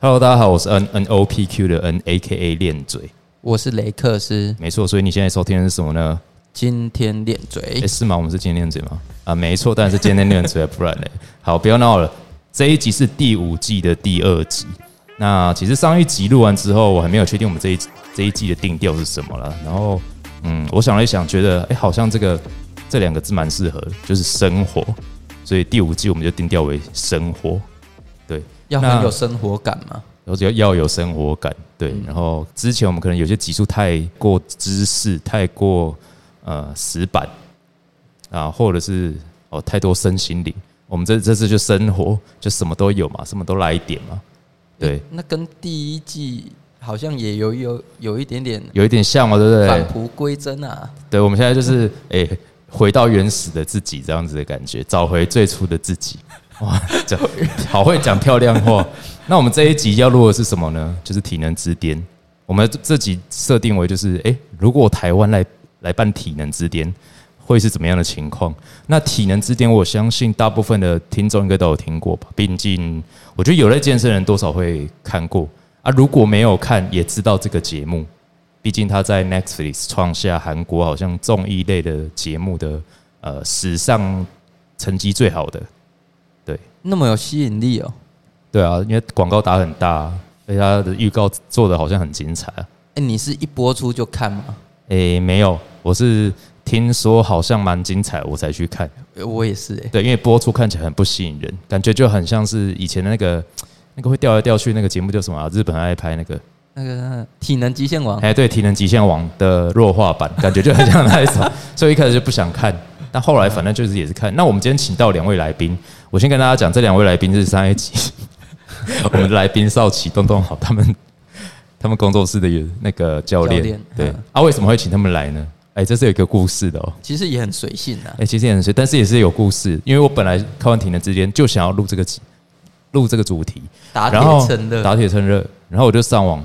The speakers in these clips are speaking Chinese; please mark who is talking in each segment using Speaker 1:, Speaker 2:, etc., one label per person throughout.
Speaker 1: Hello，大家好，我是 N N O P Q 的 N A K A 练嘴，
Speaker 2: 我是雷克斯，
Speaker 1: 没错。所以你现在收听的是什么呢？
Speaker 2: 今天练嘴
Speaker 1: 诶，是吗？我们是今天练嘴吗？啊，没错，当然是今天练嘴，啊不然嘞。 好，不要闹了。这一集是第五季的第二集。那其实上一集录完之后，我还没有确定我们这一这一季的定调是什么了。然后，嗯，我想了一想，觉得哎、诶好像这个这两个字蛮适合的，就是生活。所以第五季我们就定调为生活。对，
Speaker 2: 要
Speaker 1: 那
Speaker 2: 很有生活感嘛。
Speaker 1: 然后只要要有生活感，对。然后之前我们可能有些集数太过知识，太过呃死板啊，或者是哦太多身心灵。我们这这次就生活，就什么都有嘛，什么都来一点嘛，对，
Speaker 2: 那跟第一季好像也有有有一点点
Speaker 1: 有一点像嘛，对不
Speaker 2: 返
Speaker 1: 对？
Speaker 2: 璞归真啊。
Speaker 1: 对，我们现在就是诶、回到原始的自己这样子的感觉，找回最初的自己。哇，讲好会讲漂亮话。那我们这一集要录的是什么呢？就是体能之巅。我们这这集设定为就是，诶、如果台湾来来办体能之巅，会是怎么样的情况？那体能之巅，我相信大部分的听众应该都有听过吧。毕竟，我觉得有在健身的人多少会看过啊。如果没有看，也知道这个节目。毕竟他在 Netflix 创下韩国好像综艺类的节目的呃史上成绩最好的。
Speaker 2: 那么有吸引力哦。
Speaker 1: 对啊，因为广告打很大、啊，而且他的预告做的好像很精彩、啊。
Speaker 2: 哎、你是一播出就看吗？
Speaker 1: 诶、没有，我是听说好像蛮精彩，我才去看。
Speaker 2: 呃我也是哎、
Speaker 1: 对，因为播出看起来很不吸引人，感觉就很像是以前的那个那个会调来调去那个节目叫什么、啊？日本爱拍那个，
Speaker 2: 那个体能极限王，
Speaker 1: 哎，对，体能极限王的弱化版，感觉就很像那一种，所以一开始就不想看。但后来反正就是也是看。那我们今天请到两位来宾，我先跟大家讲，这两位来宾是上一集 我们的来宾少奇、东东好，他们他们工作室的有那个教练，
Speaker 2: 教练
Speaker 1: 对
Speaker 2: 嗯
Speaker 1: 啊，为什么会请他们来呢？哎、这是有一个故事的哦。
Speaker 2: 其实也很随性啊
Speaker 1: 哎、。其实也很随，但是也是有故事，因为我本来看完《体能之间就想要录这个集录这个主题，
Speaker 2: 打
Speaker 1: 然后
Speaker 2: 铁趁热，
Speaker 1: 打铁趁热。然后我就上网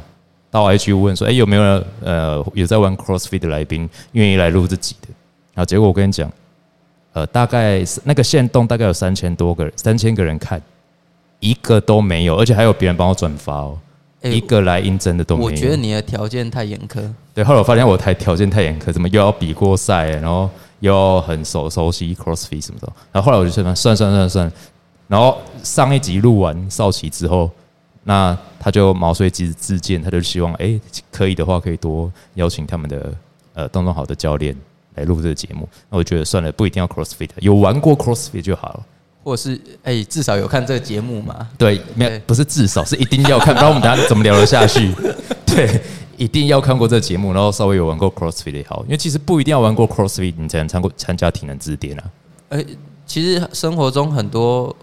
Speaker 1: 到 IG 问说，哎、有没有人呃有在玩 CrossFit 的来宾愿意来录自己的？然后结果我跟你讲，呃，大概是那个线动大概有三千多个人，三千个人看，一个都没有，而且还有别人帮我转发哦，
Speaker 2: 哎
Speaker 1: 一个来应征的都没有。
Speaker 2: 我觉得你的条件太严苛，
Speaker 1: 对，后来我发现我太条件太严苛，怎么又要比过赛，然后又要很熟熟悉 CrossFit 什么的。然后后来我就算算算算算，然后上一集录完少奇之后，那他就毛遂自自荐，他就希望哎、诶可以的话可以多邀请他们的呃东东好的教练来录这个节目。那我觉得算了，不一定要 CrossFit，有玩过 CrossFit 就好了。
Speaker 2: 或是哎、至少有看这个节目嘛。
Speaker 1: 对，没有
Speaker 2: 对
Speaker 1: 不是至少是一定要看，不然我们等下怎么聊得下去？对，一定要看过这节目，然后稍微有玩过 CrossFit 也好，因为其实不一定要玩过 CrossFit 你才能参过参加体能之巅啊。
Speaker 2: 哎、其实生活中很多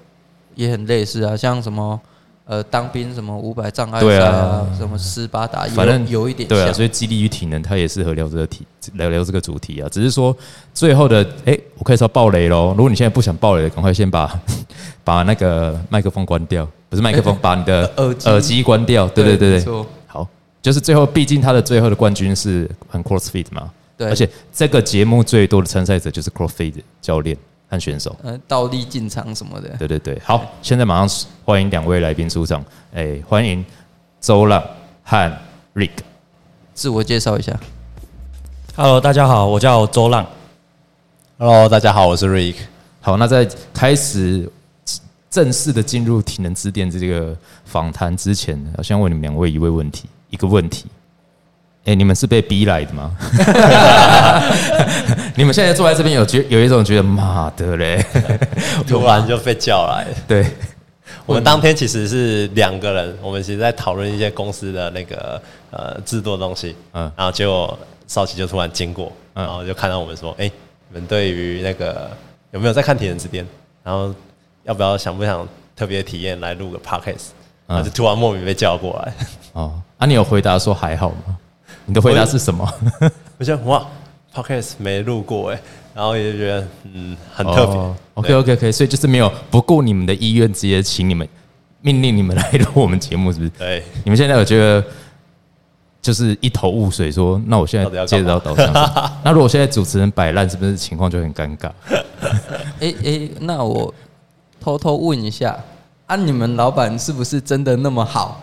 Speaker 2: 也很类似啊，像什么呃当兵什么五百障碍
Speaker 1: 对
Speaker 2: 赛
Speaker 1: 啊
Speaker 2: 啊，什么斯巴达，
Speaker 1: 反正
Speaker 2: 有有一点
Speaker 1: 对啊，
Speaker 2: 像
Speaker 1: 所以激励与体能，它也适合聊这个题，聊聊这个主题啊。只是说最后的，哎、我开始要爆雷喽。如果你现在不想爆雷，赶快先把 把那个麦克风关掉，不是麦克 风，把你的
Speaker 2: 耳机
Speaker 1: 耳机关掉。对对对
Speaker 2: 没
Speaker 1: 对，
Speaker 2: 错
Speaker 1: 好，就是最后，毕竟他的最后的冠军是很 CrossFit 嘛，
Speaker 2: 对
Speaker 1: 而且这个节目最多的参赛者就是 CrossFit 的教练和选手，
Speaker 2: 呃倒立进场什么的。
Speaker 1: 对对对。好，现在马上欢迎两位来宾出场，哎、欢迎周浪和 Rick。
Speaker 2: 自我介绍一下，
Speaker 3: Hello，大家好，我叫周浪。
Speaker 4: Hello，大家好，我是 Rick。
Speaker 1: 好，那在开始正式的进入体能之巅这个访谈之前，我先问你们两位一位问题，一个问题。哎、你们是被逼来的吗？ 你们现在坐在这边有觉有一种觉得妈的嘞，
Speaker 4: 突然就被叫来，
Speaker 1: 对，
Speaker 4: 啊 我们当天其实是两个人，我们其实在讨论一些公司的那个呃制度的东西，
Speaker 1: 嗯
Speaker 4: 嗯，然后结果少奇就突然经过，
Speaker 1: 嗯
Speaker 4: 然后就看到我们说，哎、你们对于那个有没有在看《体能之巅》，然后要不要想不想特别体验来录个 podcast，然后就突然莫名被叫过来，
Speaker 1: 哦，啊，你有回答说还好吗？你的回答是什么？
Speaker 4: 我就哇，podcast 没录过哎、然后也就觉得嗯很特别、
Speaker 1: OK
Speaker 4: 对
Speaker 1: OK OK，所以就是没有不顾你们的意愿，直接请你们命令你们来录我们节目，是不是？
Speaker 4: 对。
Speaker 1: 你们现在有觉得就是一头雾水说那我现
Speaker 4: 到底
Speaker 1: 在
Speaker 4: 要
Speaker 1: 接
Speaker 4: 干
Speaker 1: 着
Speaker 4: 嘛
Speaker 1: 要导向什 么？那如果现在主持人摆烂，是不是情况就很尴尬？
Speaker 2: 哎、哎、那我偷偷问一下，啊，你们老板是不是真的那么好？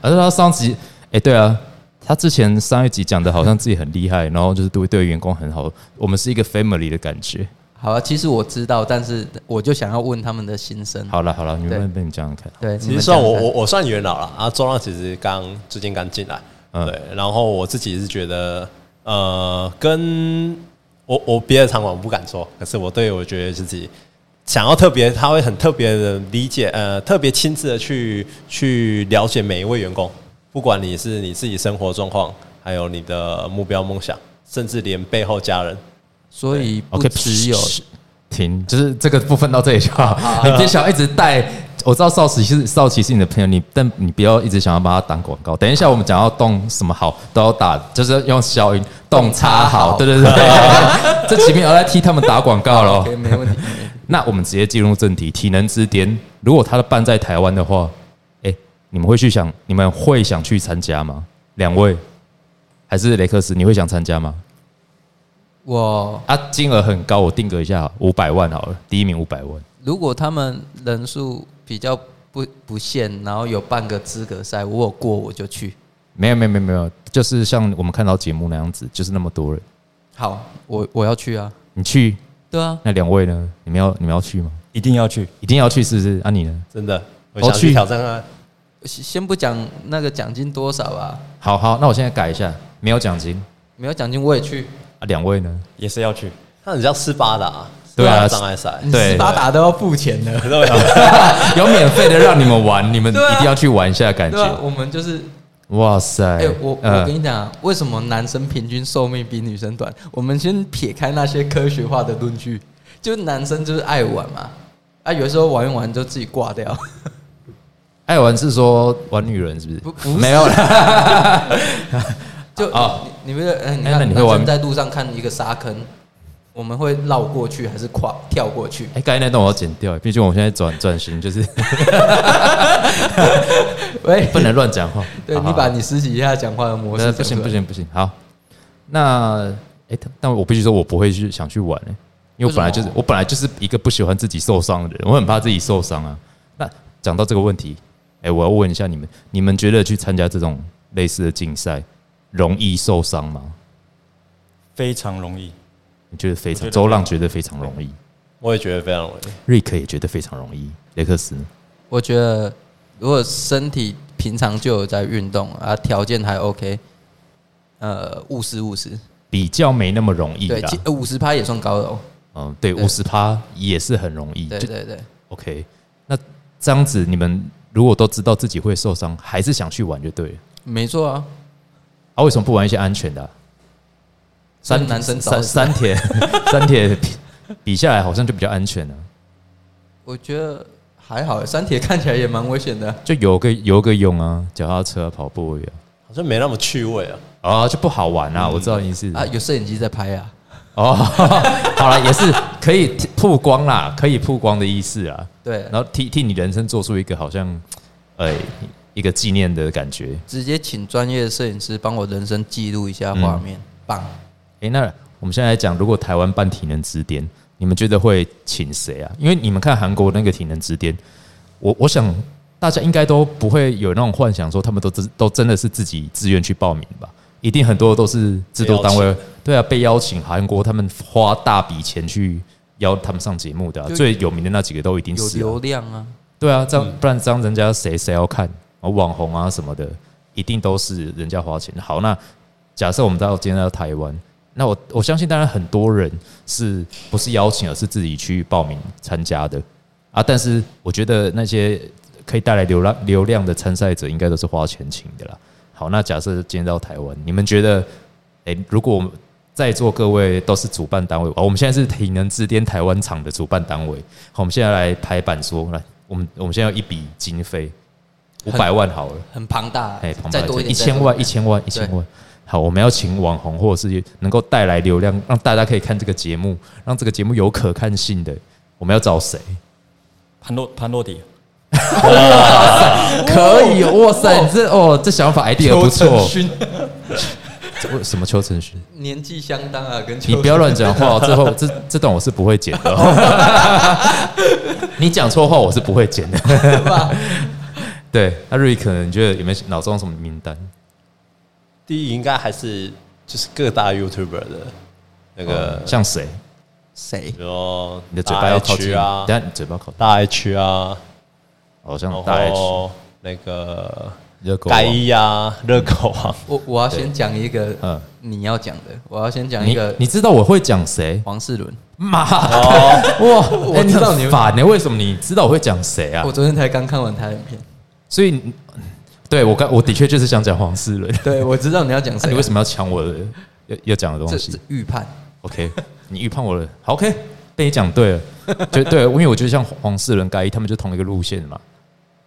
Speaker 1: 而是他上集，哎、对啊，他之前上一集讲的好像自己很厉害，然后就是对对员工很好，我们是一个 family 的感觉。
Speaker 2: 好啊，其实我知道，但是我就想要问他们的心声。
Speaker 1: 好了好了，你
Speaker 2: 对
Speaker 1: 们被你这样看，
Speaker 2: 对，
Speaker 4: 其
Speaker 2: 你
Speaker 4: 实
Speaker 2: 们
Speaker 4: 算
Speaker 2: 讲
Speaker 4: 我
Speaker 2: 看
Speaker 4: 我我算元老了啊，周浪其实刚最近刚进来，
Speaker 1: 嗯
Speaker 4: 对，然后我自己是觉得呃，跟我我别的场馆我不敢说，可是我对我觉得自己想要特别，他会很特别的理解，呃，特别亲自的去去了解每一位员工，不管你是你自己生活状况，还有你的目标梦想，甚至连背后家人，
Speaker 2: 所以不
Speaker 1: ，OK，
Speaker 2: 只有
Speaker 1: 嘘停，就是这个部分到这里就好。你别想要 一直带，我知道少奇是少奇是你的朋友，你但你不要一直想要帮他打广告。等一下我们讲要动什么好都要打，就是用消音动差好，对对对。 这几面我来替他们打广告了。
Speaker 2: OK，没问题。
Speaker 1: 那我们直接进入正题，体能之巅，如果他的办在台湾的话，哎、你们会去想，你们会想去参加吗？两位，还是雷克斯，你会想参加吗？
Speaker 2: 我
Speaker 1: 啊，金额很高，我定格一下好，五百万好了，第一名五百万。
Speaker 2: 如果他们人数比较不不限，然后有半个资格赛，我有过我就去。
Speaker 1: 没有没有没有没有，就是像我们看到节目那样子，就是那么多人。
Speaker 2: 好，我我要去啊。
Speaker 1: 你去，
Speaker 2: 对啊，
Speaker 1: 那两位呢？你们要你们要去吗？
Speaker 3: 一定要去。
Speaker 1: 一定要去是不是？啊，你呢？
Speaker 4: 真的，我
Speaker 1: 哦
Speaker 4: 想去
Speaker 1: 去
Speaker 4: 挑战啊，
Speaker 2: 先先不讲那个奖金多少啊，
Speaker 1: 好好，那我现在改一下，没有奖金
Speaker 2: 没有奖金我也去。
Speaker 1: 啊。两位呢？
Speaker 3: 也是要去，
Speaker 4: 那很像斯巴达，
Speaker 1: 对啊
Speaker 4: 斯巴达障碍赛，啊
Speaker 1: 对
Speaker 2: 斯巴达都要付钱的，
Speaker 1: 有免费的让你们玩，你们
Speaker 2: 对啊
Speaker 1: 一定要去玩一下，感
Speaker 2: 对啊，
Speaker 1: 觉。
Speaker 2: 我们就是
Speaker 1: 哇塞！
Speaker 2: 哎、我我
Speaker 1: 呃
Speaker 2: 跟你讲、啊，为什么男生平均寿命比女生短？我们先撇开那些科学化的论据，就男生就是爱玩嘛，啊，有时候玩一玩就自己挂掉。
Speaker 1: 爱玩是说玩女人是不是？
Speaker 2: 不不是
Speaker 1: 没有啦，
Speaker 2: 就
Speaker 1: 啊
Speaker 2: 你你们哎，你
Speaker 1: 哎那
Speaker 2: 看
Speaker 1: 你
Speaker 2: 你
Speaker 1: 会玩
Speaker 2: 在路上看一个沙坑，我们会绕过去还是跨跳过去？
Speaker 1: 哎，刚才那段我要剪掉，毕竟我现在转转型就是
Speaker 2: 喂，
Speaker 1: 不能乱讲话。
Speaker 2: 对
Speaker 1: 好
Speaker 2: 你把你私底下讲话的模式
Speaker 1: 那
Speaker 2: 讲
Speaker 1: 不
Speaker 2: 出来
Speaker 1: 行不，行不行，好，那哎、但我必须说，我不会去想去玩、欸，因为我本来就是
Speaker 2: 为什么
Speaker 1: 我本来就是一个不喜欢自己受伤的人，我很怕自己受伤啊。那讲到这个问题，哎、我要问一下你们，你们觉得去参加这种类似的竞赛容易受伤吗？
Speaker 3: 非常容易。
Speaker 1: 你觉得非常？
Speaker 3: 我觉得
Speaker 1: 周浪觉得非常容易，
Speaker 4: 我也觉得非常容易。
Speaker 1: 瑞克也觉得非常容易，雷克斯呢
Speaker 2: 我觉得如果身体平常就有在运动啊，条件还 OK，呃，务实务实，
Speaker 1: 比较没那么容易
Speaker 2: 对，
Speaker 1: 啦
Speaker 2: 其。呃五十趴也算高的哦。
Speaker 1: 嗯，对，
Speaker 2: 对
Speaker 1: 五十趴也是很容易，
Speaker 2: 对
Speaker 1: 就
Speaker 2: 对对，
Speaker 1: OK。那这样子，你们如果都知道自己会受伤，还是想去玩就对了。
Speaker 2: 没错啊，
Speaker 1: 啊，为什么不玩一些安全的啊、
Speaker 2: 跟男生啊
Speaker 1: 三
Speaker 2: 找
Speaker 1: 三 铁三铁比比下来好像就比较安全了、啊
Speaker 2: 我觉得还好，山铁看起来也蛮危险的。啊
Speaker 1: 就游个游个泳啊，脚踏车、啊、跑步而已
Speaker 4: 好像没那么趣味啊。
Speaker 1: 啊，啊就不好玩啊。我知道你是
Speaker 2: 啊，有摄影机在拍啊，
Speaker 1: 哦， 好了，也是可以曝光啦，可以曝光的意思啊。
Speaker 2: 对，
Speaker 1: 然后替替你人生做出一个好像，哎、一个纪念的感觉。
Speaker 2: 直接请专业的摄影师帮我人生记录一下画面，
Speaker 1: 嗯啊
Speaker 2: 棒！
Speaker 1: 诶，那我们现在来讲，如果台湾办体能指点，你们觉得会请谁啊？因为你们看韩国那个体能指点，我我想大家应该都不会有那种幻想，说他们都真都真的是自己自愿去报名吧？一定很多都是制作单
Speaker 4: 被
Speaker 1: 位
Speaker 4: 邀，
Speaker 1: 对啊，被邀请韩国，他们花大笔钱去邀他们上节目的啊、
Speaker 2: 就
Speaker 1: 最有名的那几个都一定
Speaker 2: 有
Speaker 1: 是啊、
Speaker 2: 流量啊，
Speaker 1: 对啊，这样不然这样人家谁谁要看啊？网红啊什么的，一定都是人家花钱。好，那假设我们到今天到台湾，那我我相信，当然很多人是不是邀请，而是自己去报名参加的啊。但是我觉得那些可以带来流量流量的参赛者，应该都是花钱请的啦。好，那假设今天到台湾，你们觉得，诶，如果我们在座各位都是主办单位，哦，我们现在是体能之巅台湾场的主办单位。好，我们现在来排版说，来，我们我们现在有一笔经费，五百万好了，
Speaker 2: 很庞大啊
Speaker 1: 哎，旁，
Speaker 2: 再
Speaker 1: 白
Speaker 2: 多一点，
Speaker 1: 一
Speaker 2: 再
Speaker 1: 千
Speaker 2: 多
Speaker 1: 万，一千万，一千万。好，我们要请网红或者是能够带来流量，让大家可以看这个节目，让这个节目有可看性的，我们要找谁？
Speaker 3: 潘洛潘洛迪，
Speaker 1: 可以，哇塞，你这哦，这想法 idea 不错。
Speaker 2: 勋
Speaker 1: 这为什么邱成勋？
Speaker 2: 年纪相当啊，跟
Speaker 1: 你不要乱讲话哦，这后这这段我是不会剪的 哦。你讲错话我是不会剪的。
Speaker 2: 讲吧。
Speaker 1: 对，那瑞可能你觉得有没有脑中有什么名单？
Speaker 4: 第一应该还是就是各大 YouTuber 的那个，
Speaker 1: 哦像 谁？
Speaker 2: 谁
Speaker 4: 比？如说
Speaker 1: 你的嘴巴要靠近
Speaker 4: 大 H 啊，
Speaker 1: 等下你嘴巴靠，
Speaker 4: 大 H 啊，
Speaker 1: 好
Speaker 4: 然
Speaker 1: 像大
Speaker 2: 哦
Speaker 1: H
Speaker 4: 后那个
Speaker 1: 热狗
Speaker 4: 盖
Speaker 1: 王
Speaker 4: 伊啊，热狗王，
Speaker 2: 我我要先讲一个，
Speaker 1: 嗯
Speaker 2: 你要讲的，我要先讲一
Speaker 1: 你
Speaker 2: 个
Speaker 1: 你知道我会讲谁？
Speaker 2: 黄世伦。
Speaker 1: 妈
Speaker 4: 哦，
Speaker 1: 哇！
Speaker 2: 我
Speaker 1: 哎
Speaker 2: 知道
Speaker 1: 很
Speaker 2: 你会
Speaker 1: 烦呢，为什么你知道我会讲谁啊
Speaker 2: 我？昨天才刚看完他 的影片，
Speaker 1: 所以你，对我刚我的确就是想讲黄世伦，
Speaker 2: 对啊我知道你要讲
Speaker 1: 那
Speaker 2: 谁啊。
Speaker 1: 你为什么要抢我的要要讲的东
Speaker 2: 这
Speaker 1: 西
Speaker 2: 这？预判？
Speaker 1: OK，你 预判我了好，OK，被你讲对了， 就对，因为我觉得像黄世伦、盖伊他们就同一个路线嘛，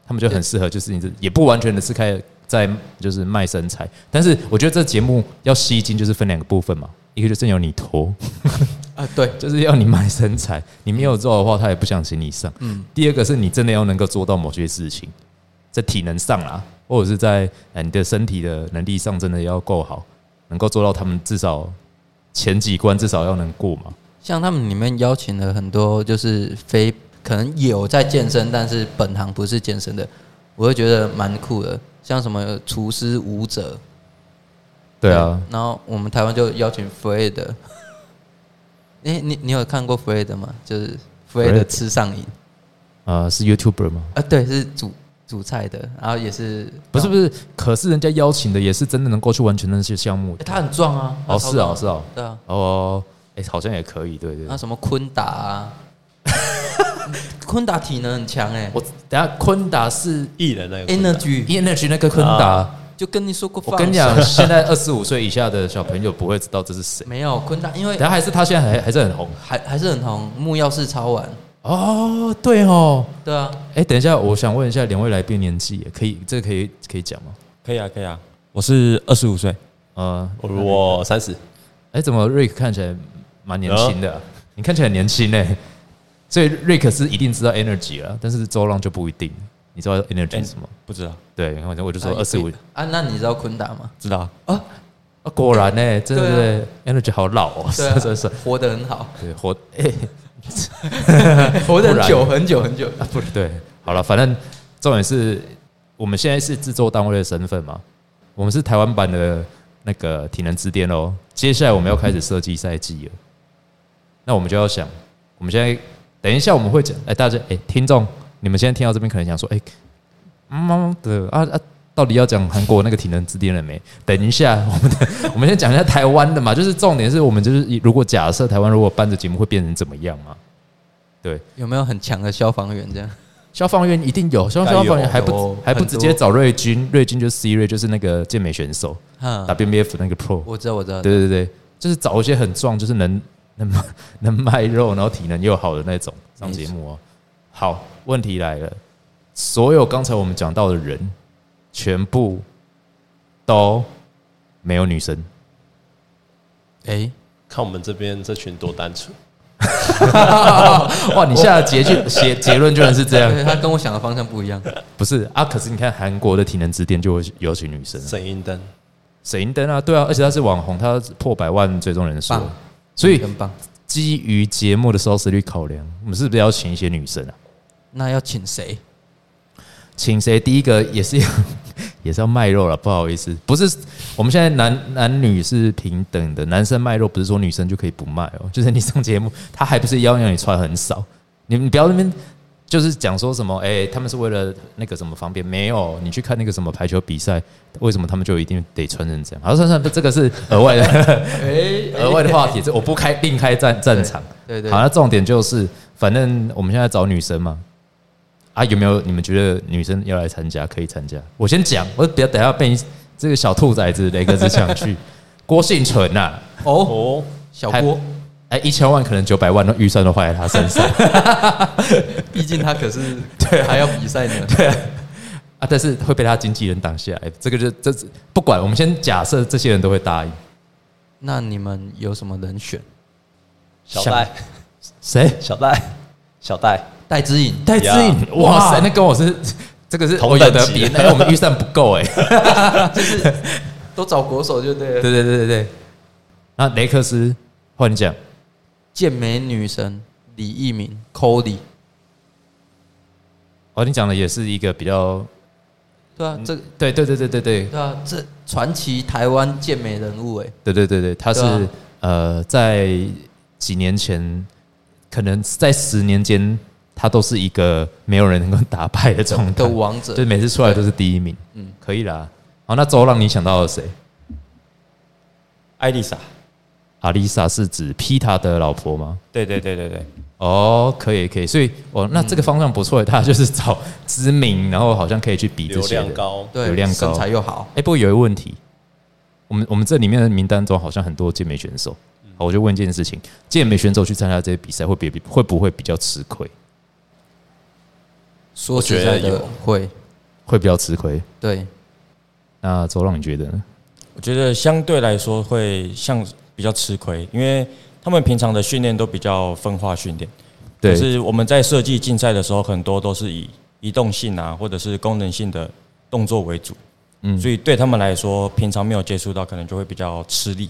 Speaker 1: 他们就很适合，就是你这也不完全的是开在就是卖身材，但是我觉得这节目要吸睛就是分两个部分嘛，一个就是要你投，
Speaker 2: 啊，对，
Speaker 1: 就是要你卖身材，你没有肉的话，他也不想请你上。嗯，第二个是你真的要能够做到某些事情，在体能上啦，或者是在呃你的身体的能力上，真的要够好，能够做到他们至少前几关至少要能过嘛。
Speaker 2: 像他们里面邀请了很多就是非可能有在健身，但是本行不是健身的，我会觉得蛮酷的。像什么厨师、舞者，
Speaker 1: 对啊，
Speaker 2: 然后我们台湾就邀请 Fred，哎、你你有看过 Fred 吗？就是 Fred
Speaker 1: Fred
Speaker 2: 吃上瘾
Speaker 1: 呃，是 YouTuber 吗？
Speaker 2: 啊，对，是煮煮菜的，然后也是
Speaker 1: 不是不
Speaker 2: 是、
Speaker 3: 啊
Speaker 1: 是，可是人家邀请的也是真的能够去完成那些项目
Speaker 2: 诶
Speaker 1: 的。
Speaker 3: 哎
Speaker 2: 他很壮啊，
Speaker 1: 哦，
Speaker 2: 他超
Speaker 1: 是
Speaker 2: 壮
Speaker 1: 哦，是哦，
Speaker 2: 对啊，
Speaker 1: 哦，哎，好像也可以，对对
Speaker 2: 然后
Speaker 1: 对。
Speaker 2: 什么昆达啊， 昆达体能很强哎、
Speaker 1: 我等下昆达是
Speaker 4: 艺人那个
Speaker 2: Energy
Speaker 1: Energy 那个昆达。
Speaker 2: 就跟你说过，
Speaker 1: 啊我跟你讲， 现在二十五岁以下的小朋友不会知道这是谁，
Speaker 2: 没有昆达，因为
Speaker 1: 但还是他现在还还是很红
Speaker 2: 还还是很红，木曜是超玩，
Speaker 1: 哦。对哦，
Speaker 2: 对啊，
Speaker 1: 哎，等一下，我想问一下两位来宾年纪耶，可以这个可以可以讲吗？
Speaker 3: 可以啊，可以啊。我是二十五岁，
Speaker 1: 呃，
Speaker 4: 我我三十，
Speaker 1: 哎，怎么瑞克看起来蛮年轻的啊、你看起来很年轻哎，所以瑞克是一定知道 energy 了，但是周浪就不一定。你知道 energy 是什么？
Speaker 3: 不知道，
Speaker 1: 对，然后我就说
Speaker 2: 哎啊
Speaker 1: 二十五
Speaker 2: 也可以啊，那你知道昆达 吗？
Speaker 3: 知道啊。
Speaker 1: 啊，果然呢，真
Speaker 2: 对啊
Speaker 1: 的是 energy 好老哦，
Speaker 2: 对啊
Speaker 1: 是是是，
Speaker 2: 活得很好，
Speaker 1: 对，活哎。
Speaker 2: 活
Speaker 1: 不
Speaker 2: 得很
Speaker 1: 然
Speaker 2: 久很久很久，
Speaker 1: 啊，不对，好了，反正重点是我们现在是制作单位的身份嘛，我们是台湾版的那个体能之巅喽。接下来我们要开始设计赛季了，那我们就要想，我们现在等一下我们会讲，哎、大家哎、听众，你们现在听到这边可能想说，哎、妈的啊啊！到底要讲韩国那个体能之巅了没？等一下，我们的我们先讲一下台湾的嘛，就是重点是我们就是以如果假设台湾如果办这节目会变成怎么样嘛？对，
Speaker 2: 有没有很强的消防员 这样？
Speaker 1: 消防员一定有，消消防员还不
Speaker 2: 哎有
Speaker 1: 还不
Speaker 2: 很多
Speaker 1: 直接找瑞军，瑞军就是 C 瑞，就是那个健美选手，
Speaker 2: 哈
Speaker 1: 打，BMF 那个 Pro，
Speaker 2: 嗯我知道我知道，
Speaker 1: 对对对，就是找一些很壮，就是能 能能卖肉，然后体能又好的那种上节目哦。好，问题来了，所有刚才我们讲到的人，全部都没有女 生，
Speaker 2: 哎，
Speaker 4: 看我们这边这群多单纯，
Speaker 1: 哇！你下的结 局结结论居然是这样，
Speaker 2: 对，他跟我想的方向不一样，
Speaker 1: 不是啊？可是你看韩国的体能之巅就会有请女生啊，
Speaker 4: 沈英灯，
Speaker 1: 沈银灯啊，对啊，而且他是网红，他破百万追踪人数
Speaker 2: 棒，
Speaker 1: 所以
Speaker 2: 很棒。
Speaker 1: 基于节目的收视率考量，我们是不是要请一些女生啊？
Speaker 2: 那要请谁？
Speaker 1: 请谁？第一个也是要 也是要卖肉了，不好意思，不是我们现在男男女是平等的，男生卖肉不是说女生就可以不卖哦，就是你上节目，他还不是要让你穿很少，你你不要那边。就是讲说什么，哎、他们是为了那个什么方便？没有，你去看那个什么排球比赛，为什么他们就一定得穿成这样？好，算算，这个是额 外的，
Speaker 2: 哎
Speaker 1: 额外的话题，这我不开另开战战场。
Speaker 2: 对对
Speaker 1: 好，，那重点就是，反正我们现在找女生嘛，啊，有没有你们觉得女生要来参加可以参加？我先讲，我不要等下被你这个小兔崽子雷哥子抢 去。郭幸存呐、啊，
Speaker 2: 哦，
Speaker 4: 哦，
Speaker 2: 小
Speaker 1: 还
Speaker 2: 郭，
Speaker 1: 哎，一千万可能九百万的预算都花在他身上
Speaker 2: 毕竟他 可是对还要比赛呢，
Speaker 1: 啊，但是会被他经纪人挡下来。这个就这是不管，我们先假设这些人都会答应。
Speaker 2: 那你们有什么人选？
Speaker 4: 小戴，
Speaker 1: 谁？
Speaker 4: 小戴，小戴，
Speaker 2: 戴之颖，
Speaker 1: 戴志
Speaker 4: 呀
Speaker 1: 颖，哇塞，那跟我是这个是
Speaker 4: 同
Speaker 1: 我有
Speaker 4: 等
Speaker 1: 得
Speaker 4: 级
Speaker 1: 比，那我们预算不够哎、
Speaker 2: 都找国手就对了。
Speaker 1: 对对对对对。那雷克斯换你讲，
Speaker 2: 健美女神李一鸣 Cody，
Speaker 1: 哦，你讲的也是一个比较
Speaker 2: 对啊，这
Speaker 1: 对对对对对对
Speaker 2: 对啊，这传奇台湾健美人物哎、
Speaker 1: 对对对对，他是、
Speaker 2: 对啊
Speaker 1: 呃，在几年前，可能在十年间，他都是一个没有人能够打败的状态
Speaker 2: 的，王者
Speaker 1: 就，每次出来都是第一名。嗯，可以啦。好，那周让你想到了谁？
Speaker 3: 艾丽莎，
Speaker 1: 阿丽莎是指皮塔的老婆吗？
Speaker 3: 对对对对对，
Speaker 1: 哦，可以可以，所以哦，那这个方向不错，他就是找知名，然后好像可以去比这
Speaker 4: 流
Speaker 1: 些
Speaker 4: 量
Speaker 1: 的。
Speaker 4: 高，
Speaker 2: 对，
Speaker 1: 流量高
Speaker 2: 身材又好，
Speaker 1: 哎、不过有一个问题，我们我们这里面的名单中好像很多健美选手，好，我就问一件事情：健美选手去参加这些比赛会比会不会比较吃亏？
Speaker 2: 说实在
Speaker 4: 我觉得
Speaker 2: 的
Speaker 4: 有
Speaker 2: 会
Speaker 1: 会比较吃亏？
Speaker 2: 对
Speaker 1: 那周浪你觉得呢？
Speaker 3: 我觉得相对来说会像比较吃亏，因为他们平常的训练都比较分化训练，
Speaker 1: 对，
Speaker 3: 就是我们在设计竞赛的时候，很多都是以移动性啊或者是功能性的动作为主，
Speaker 1: 嗯
Speaker 3: 所以对他们来说，平常没有接触到，可能就会比较吃力。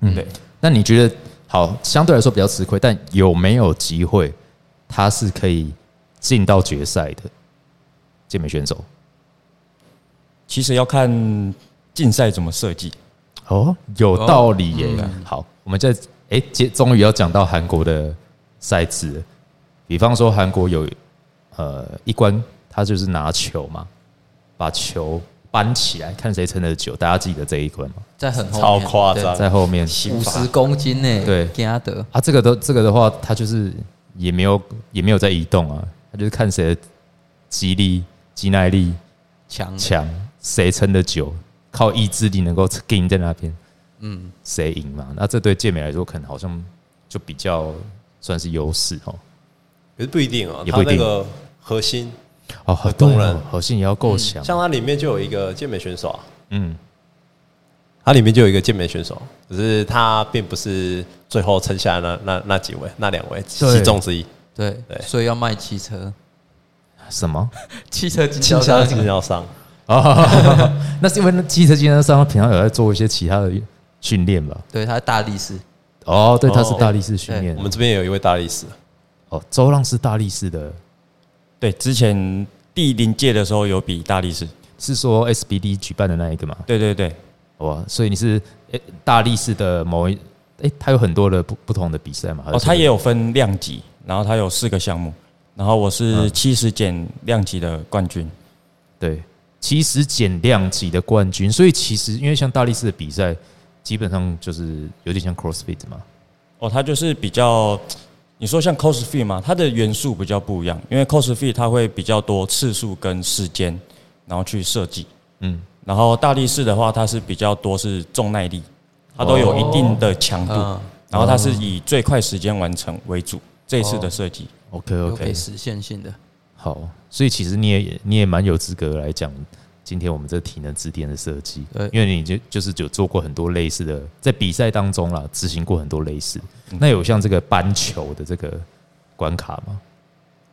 Speaker 1: 嗯
Speaker 3: 对，
Speaker 1: 那你觉得好，相对来说比较吃亏，但有没有机会他是可以进到决赛的健美选手？
Speaker 3: 其实要看竞赛怎么设计。
Speaker 1: 哦，有道理耶。
Speaker 2: 哦
Speaker 1: 好，我们在哎，接终于要讲到韩国的赛制了。比方说，韩国有呃一关，他就是拿球嘛，把球搬起来，看谁撑得久。大家记得这一关吗？
Speaker 2: 在很后
Speaker 4: 超
Speaker 2: 面
Speaker 4: 夸张，
Speaker 1: 在后面
Speaker 2: 五十公斤呢、
Speaker 1: 对
Speaker 2: 给他得
Speaker 1: 啊，这个都这个的话，他就是也没有也没有在移动啊，他就是看谁的肌力、肌耐力
Speaker 2: 强
Speaker 1: 强，谁撑得久，靠意志力能够顶在那边，嗯，谁赢嘛？那这对健美来说，可能好像就比较算是优势哦。
Speaker 4: 可是不一定哦，
Speaker 1: 也
Speaker 4: 他
Speaker 1: 不一
Speaker 4: 那
Speaker 1: 定
Speaker 4: 个核心，
Speaker 1: 哦，好
Speaker 4: 当
Speaker 1: 对哦
Speaker 4: 然
Speaker 1: 核心也要够强，
Speaker 4: 嗯像它里面就有一个健美选手啊，
Speaker 1: 嗯，
Speaker 4: 它里面就有一个健美选手，可是他并不是最后撑下来那那那几位，那两位
Speaker 1: 对
Speaker 4: 其中之一，
Speaker 2: 对
Speaker 4: 对
Speaker 2: 所以要卖汽车，
Speaker 1: 什么？
Speaker 2: 汽车经
Speaker 4: 倾
Speaker 2: 销
Speaker 4: 销
Speaker 2: 商
Speaker 4: 经销商。
Speaker 1: 哦， 那是因为那汽车经销商平常有在做一些其他的训练吧？
Speaker 2: 对，他是大力士，
Speaker 1: 哦，对，他是
Speaker 4: 哦
Speaker 1: 大力士训
Speaker 2: 对
Speaker 1: 练
Speaker 4: 我，们这边有一位大力士，
Speaker 1: 哦，周浪是大力士的。
Speaker 3: 对，之前第零届的时候有比大力士，
Speaker 1: 是说 SBD 举办的那一个嘛？
Speaker 3: 对对对，
Speaker 1: 哇，所以你是诶、大力士的某一诶、它有很多的不不同的比赛嘛？还是
Speaker 3: 哦，它也有分量级，然后它有四个项目，然后我是七十减量级的冠军，
Speaker 1: 对，其实减量级的冠军，所以其实因为像大力士的比赛，基本上就是有点像 CrossFit 嘛。
Speaker 3: 哦，它就是比较，你说像 cosfit 嘛，它的元素比较不一样，因为 cosfit 它会比较多次数跟时间，然后去设计，
Speaker 1: 嗯，
Speaker 3: 然后大力士的话，它是比较多是重耐力，它都有一定的强度，
Speaker 1: 哦
Speaker 2: 嗯，
Speaker 3: 然后它是以最快时间完成为主，这一次
Speaker 1: 哦
Speaker 3: 的设计。
Speaker 1: OK
Speaker 2: 有
Speaker 1: OK，
Speaker 2: 给实现性的，
Speaker 1: 好，所以其实你也你也蛮有资格来讲今天我们这体能指点的设计
Speaker 2: 对，
Speaker 1: 因为你就就是有做过很多类似的，在比赛当中啦，执行过很多类似。
Speaker 3: 嗯
Speaker 1: 那有像这个搬球的这个关卡吗？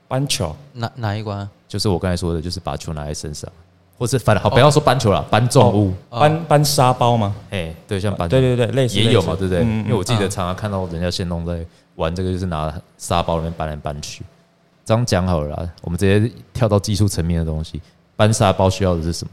Speaker 3: 搬球，
Speaker 2: 哪哪一关啊？
Speaker 1: 就是我刚才说的，就是把球拿在身上，或是反正好不要说搬球
Speaker 3: 哦
Speaker 1: 了，搬重物，
Speaker 3: 搬搬沙包吗？
Speaker 1: 哎，对，像搬
Speaker 3: 对哦对对，类似
Speaker 1: 哦也有嘛，
Speaker 3: 类似
Speaker 1: 对不对？
Speaker 3: 嗯
Speaker 1: 因为我记得
Speaker 2: 嗯
Speaker 1: 常常看到人家现弄在玩这个，就是拿沙包里面搬来搬去。这样讲好了啦，我们直接跳到技术层面的东西，搬沙包需要的是什么？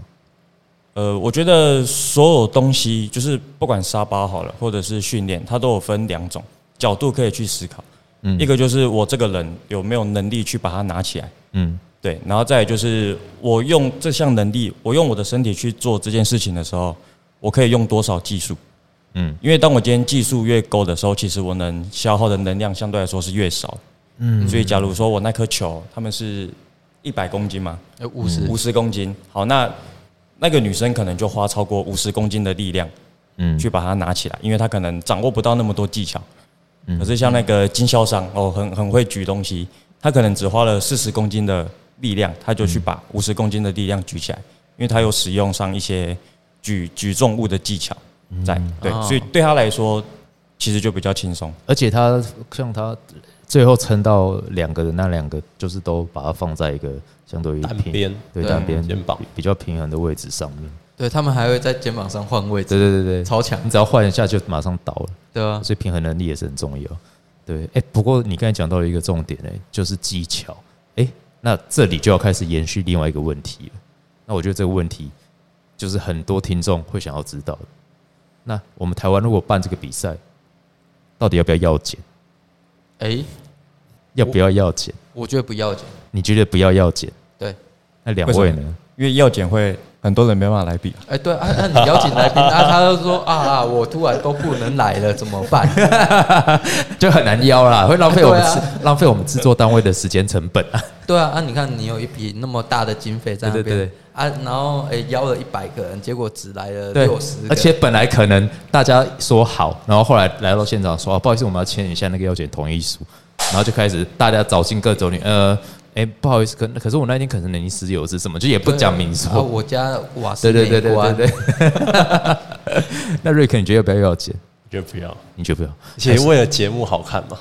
Speaker 3: 呃，我觉得所有东西，就是不管沙包好了，或者是训练，它都有分两种角度可以去思考。
Speaker 1: 嗯
Speaker 3: 一个就是我这个人有没有能力去把它拿起来，
Speaker 1: 嗯，
Speaker 3: 对，然后再来就是我用这项能力，我用我的身体去做这件事情的时候，我可以用多少技术？
Speaker 1: 嗯
Speaker 3: 嗯，因为当我今天技术越够的时候，其实我能消耗的能量相对来说是越少。嗯，所以假如说我那颗球，他们是一百公斤嘛，
Speaker 2: 呃，五十
Speaker 3: 五十公斤。好，那那个女生可能就花超过五十公斤的力量，
Speaker 1: 嗯
Speaker 3: 嗯，去把它拿起来，因为她可能掌握不到那么多技巧。可是像那个经销商哦，很很会举东西，他可能只花了四十公斤的力量，他就去把五十公斤的力量举起来，因为他有使用上一些举举重物的技巧在，对，
Speaker 2: 哦
Speaker 3: 所以对他来说其实就比较轻松。
Speaker 1: 而且他像他最后撑到两个的那两个，就是都把它放在一个相对于
Speaker 4: 单
Speaker 1: 平
Speaker 4: 边
Speaker 1: 对
Speaker 2: 对
Speaker 1: 单边
Speaker 3: 嗯
Speaker 4: 肩膀
Speaker 1: 比比较平衡的位置上面。
Speaker 2: 对他们还会在肩膀上换位置，
Speaker 1: 对对对对，
Speaker 2: 超强
Speaker 1: 你，只要换一下就马上倒了。
Speaker 2: 对啊，
Speaker 1: 所以平衡能力也是很重要。对，哎、不过你刚才讲到一个重点、哎，就是技巧。哎、那这里就要开始延续另外一个问题了。那我觉得这个问题就是很多听众会想要知道的。那我们台湾如果办这个比赛，到底要不要药检？
Speaker 2: 哎、
Speaker 1: 要不要药检？
Speaker 2: 我觉得不要紧，
Speaker 1: 你觉得不要药检？
Speaker 2: 对，
Speaker 1: 那两
Speaker 3: 为什么
Speaker 1: 位呢？
Speaker 3: 因为药检会很多人没办法来比啊。
Speaker 2: 哎、对啊，那、你邀请来 宾，啊，他就说啊，我突然都不能来了，怎么办？
Speaker 1: 就很难邀啦，会浪费我们
Speaker 2: 对啊
Speaker 1: 制、浪费我们制作单位的时间成本啊。
Speaker 2: 对啊，啊，你看你有一笔那么大的经费在那边，
Speaker 1: 对对对
Speaker 2: 啊，然后哎、邀了一百个人，结果只来了
Speaker 1: 对
Speaker 2: 六十，，
Speaker 1: 而且本来可能大家说好，然后后来来到现场说、啊、不好意思，我们要签一下那个药检同意书，然后就开始大家找尽各种理，呃，哎、不好意思，可可是我那天可能临时有事什么，就也不讲明
Speaker 2: 啊，
Speaker 1: 说。
Speaker 2: 我家瓦斯
Speaker 1: 对对对
Speaker 2: 没
Speaker 1: 哦对
Speaker 2: 关
Speaker 1: 对对。 那瑞克，你觉得要不要药检？
Speaker 4: 我觉得不要。
Speaker 1: 你觉得不要？
Speaker 4: 其实为了节目好看嘛，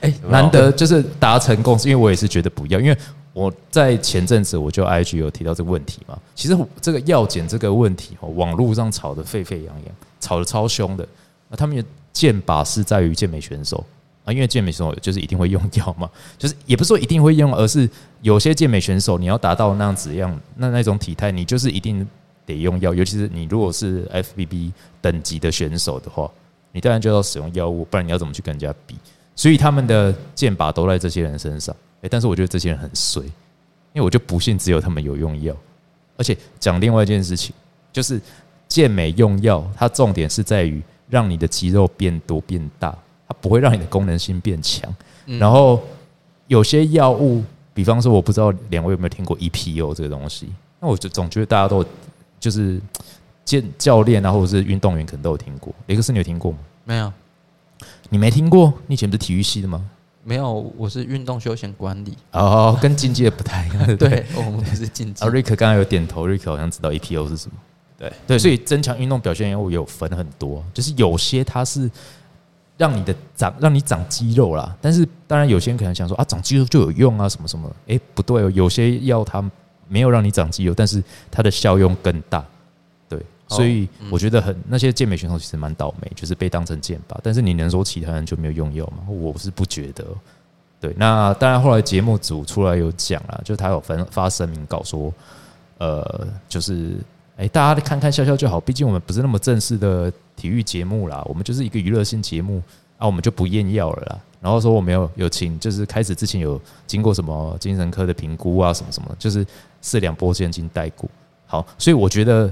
Speaker 1: 哎、
Speaker 4: 有没有
Speaker 1: 难得就是达成共识，因为我也是觉得不要，因为我在前阵子我就 IG 有提到这个问题嘛。其实我这个药检这个问题哦，网络上吵得沸沸扬扬，吵得超凶的。那他们的剑靶是在于健美选手啊，因为健美选手就是一定会用药嘛，就是也不是说一定会用，而是有些健美选手你要达到那样子样那那种体态，你就是一定得用药，尤其是你如果是 FBB 等级的选手的话，你当然就要使用药物，不然你要怎么去跟人家比？所以他们的剑拔都在这些人身上。诶，但是我觉得这些人很衰，因为我就不信只有他们有用药。而且讲另外一件事情，就是健美用药，它重点是在于让你的肌肉变多变大，它不会让你的功能性变强。
Speaker 2: 嗯
Speaker 1: 然后有些药物，比方说我不知道两位有没有听过 EPO 这个东西，那我就总觉得大家都有就是健教练啊，或者是运动员可能都有听过。雷克斯，你有听过吗？
Speaker 2: 没有
Speaker 1: 你没听过？你以前不是体育系的吗？
Speaker 2: 没有，我是运动休闲管理，
Speaker 1: 哦，跟境界不太一样，对不对
Speaker 2: 对。我们不是竞 技
Speaker 1: 啊，，瑞克刚刚有点头，瑞克好像知道 EPO 是什么。
Speaker 4: 对
Speaker 1: 对，所以增强运动表现药物有分很多，就是有些它是让你的长让你长肌肉啦，但是当然有些人可能想说啊，长肌肉就有用啊，什么什么的。诶，不对哦，有些药它没有让你长肌肉，但是它的效用更大。对，
Speaker 2: 哦
Speaker 1: 所以
Speaker 2: 嗯
Speaker 1: 我觉得很那些健美选手其实蛮倒霉，就是被当成健靶。但是你能说其他人就没有用药吗？我是不觉得。哦对，那当然后来节目组出来有讲啦，就他有发发声明稿说，呃，就是哎、大家看看笑笑就好，毕竟我们不是那么正式的体育节目啦，我们就是一个娱乐性节目啊，我们就不验药了啦。然后说我们有有请，就是开始之前有经过什么精神科的评估啊，什么什么，就是四两拨千斤带过。好，所以我觉得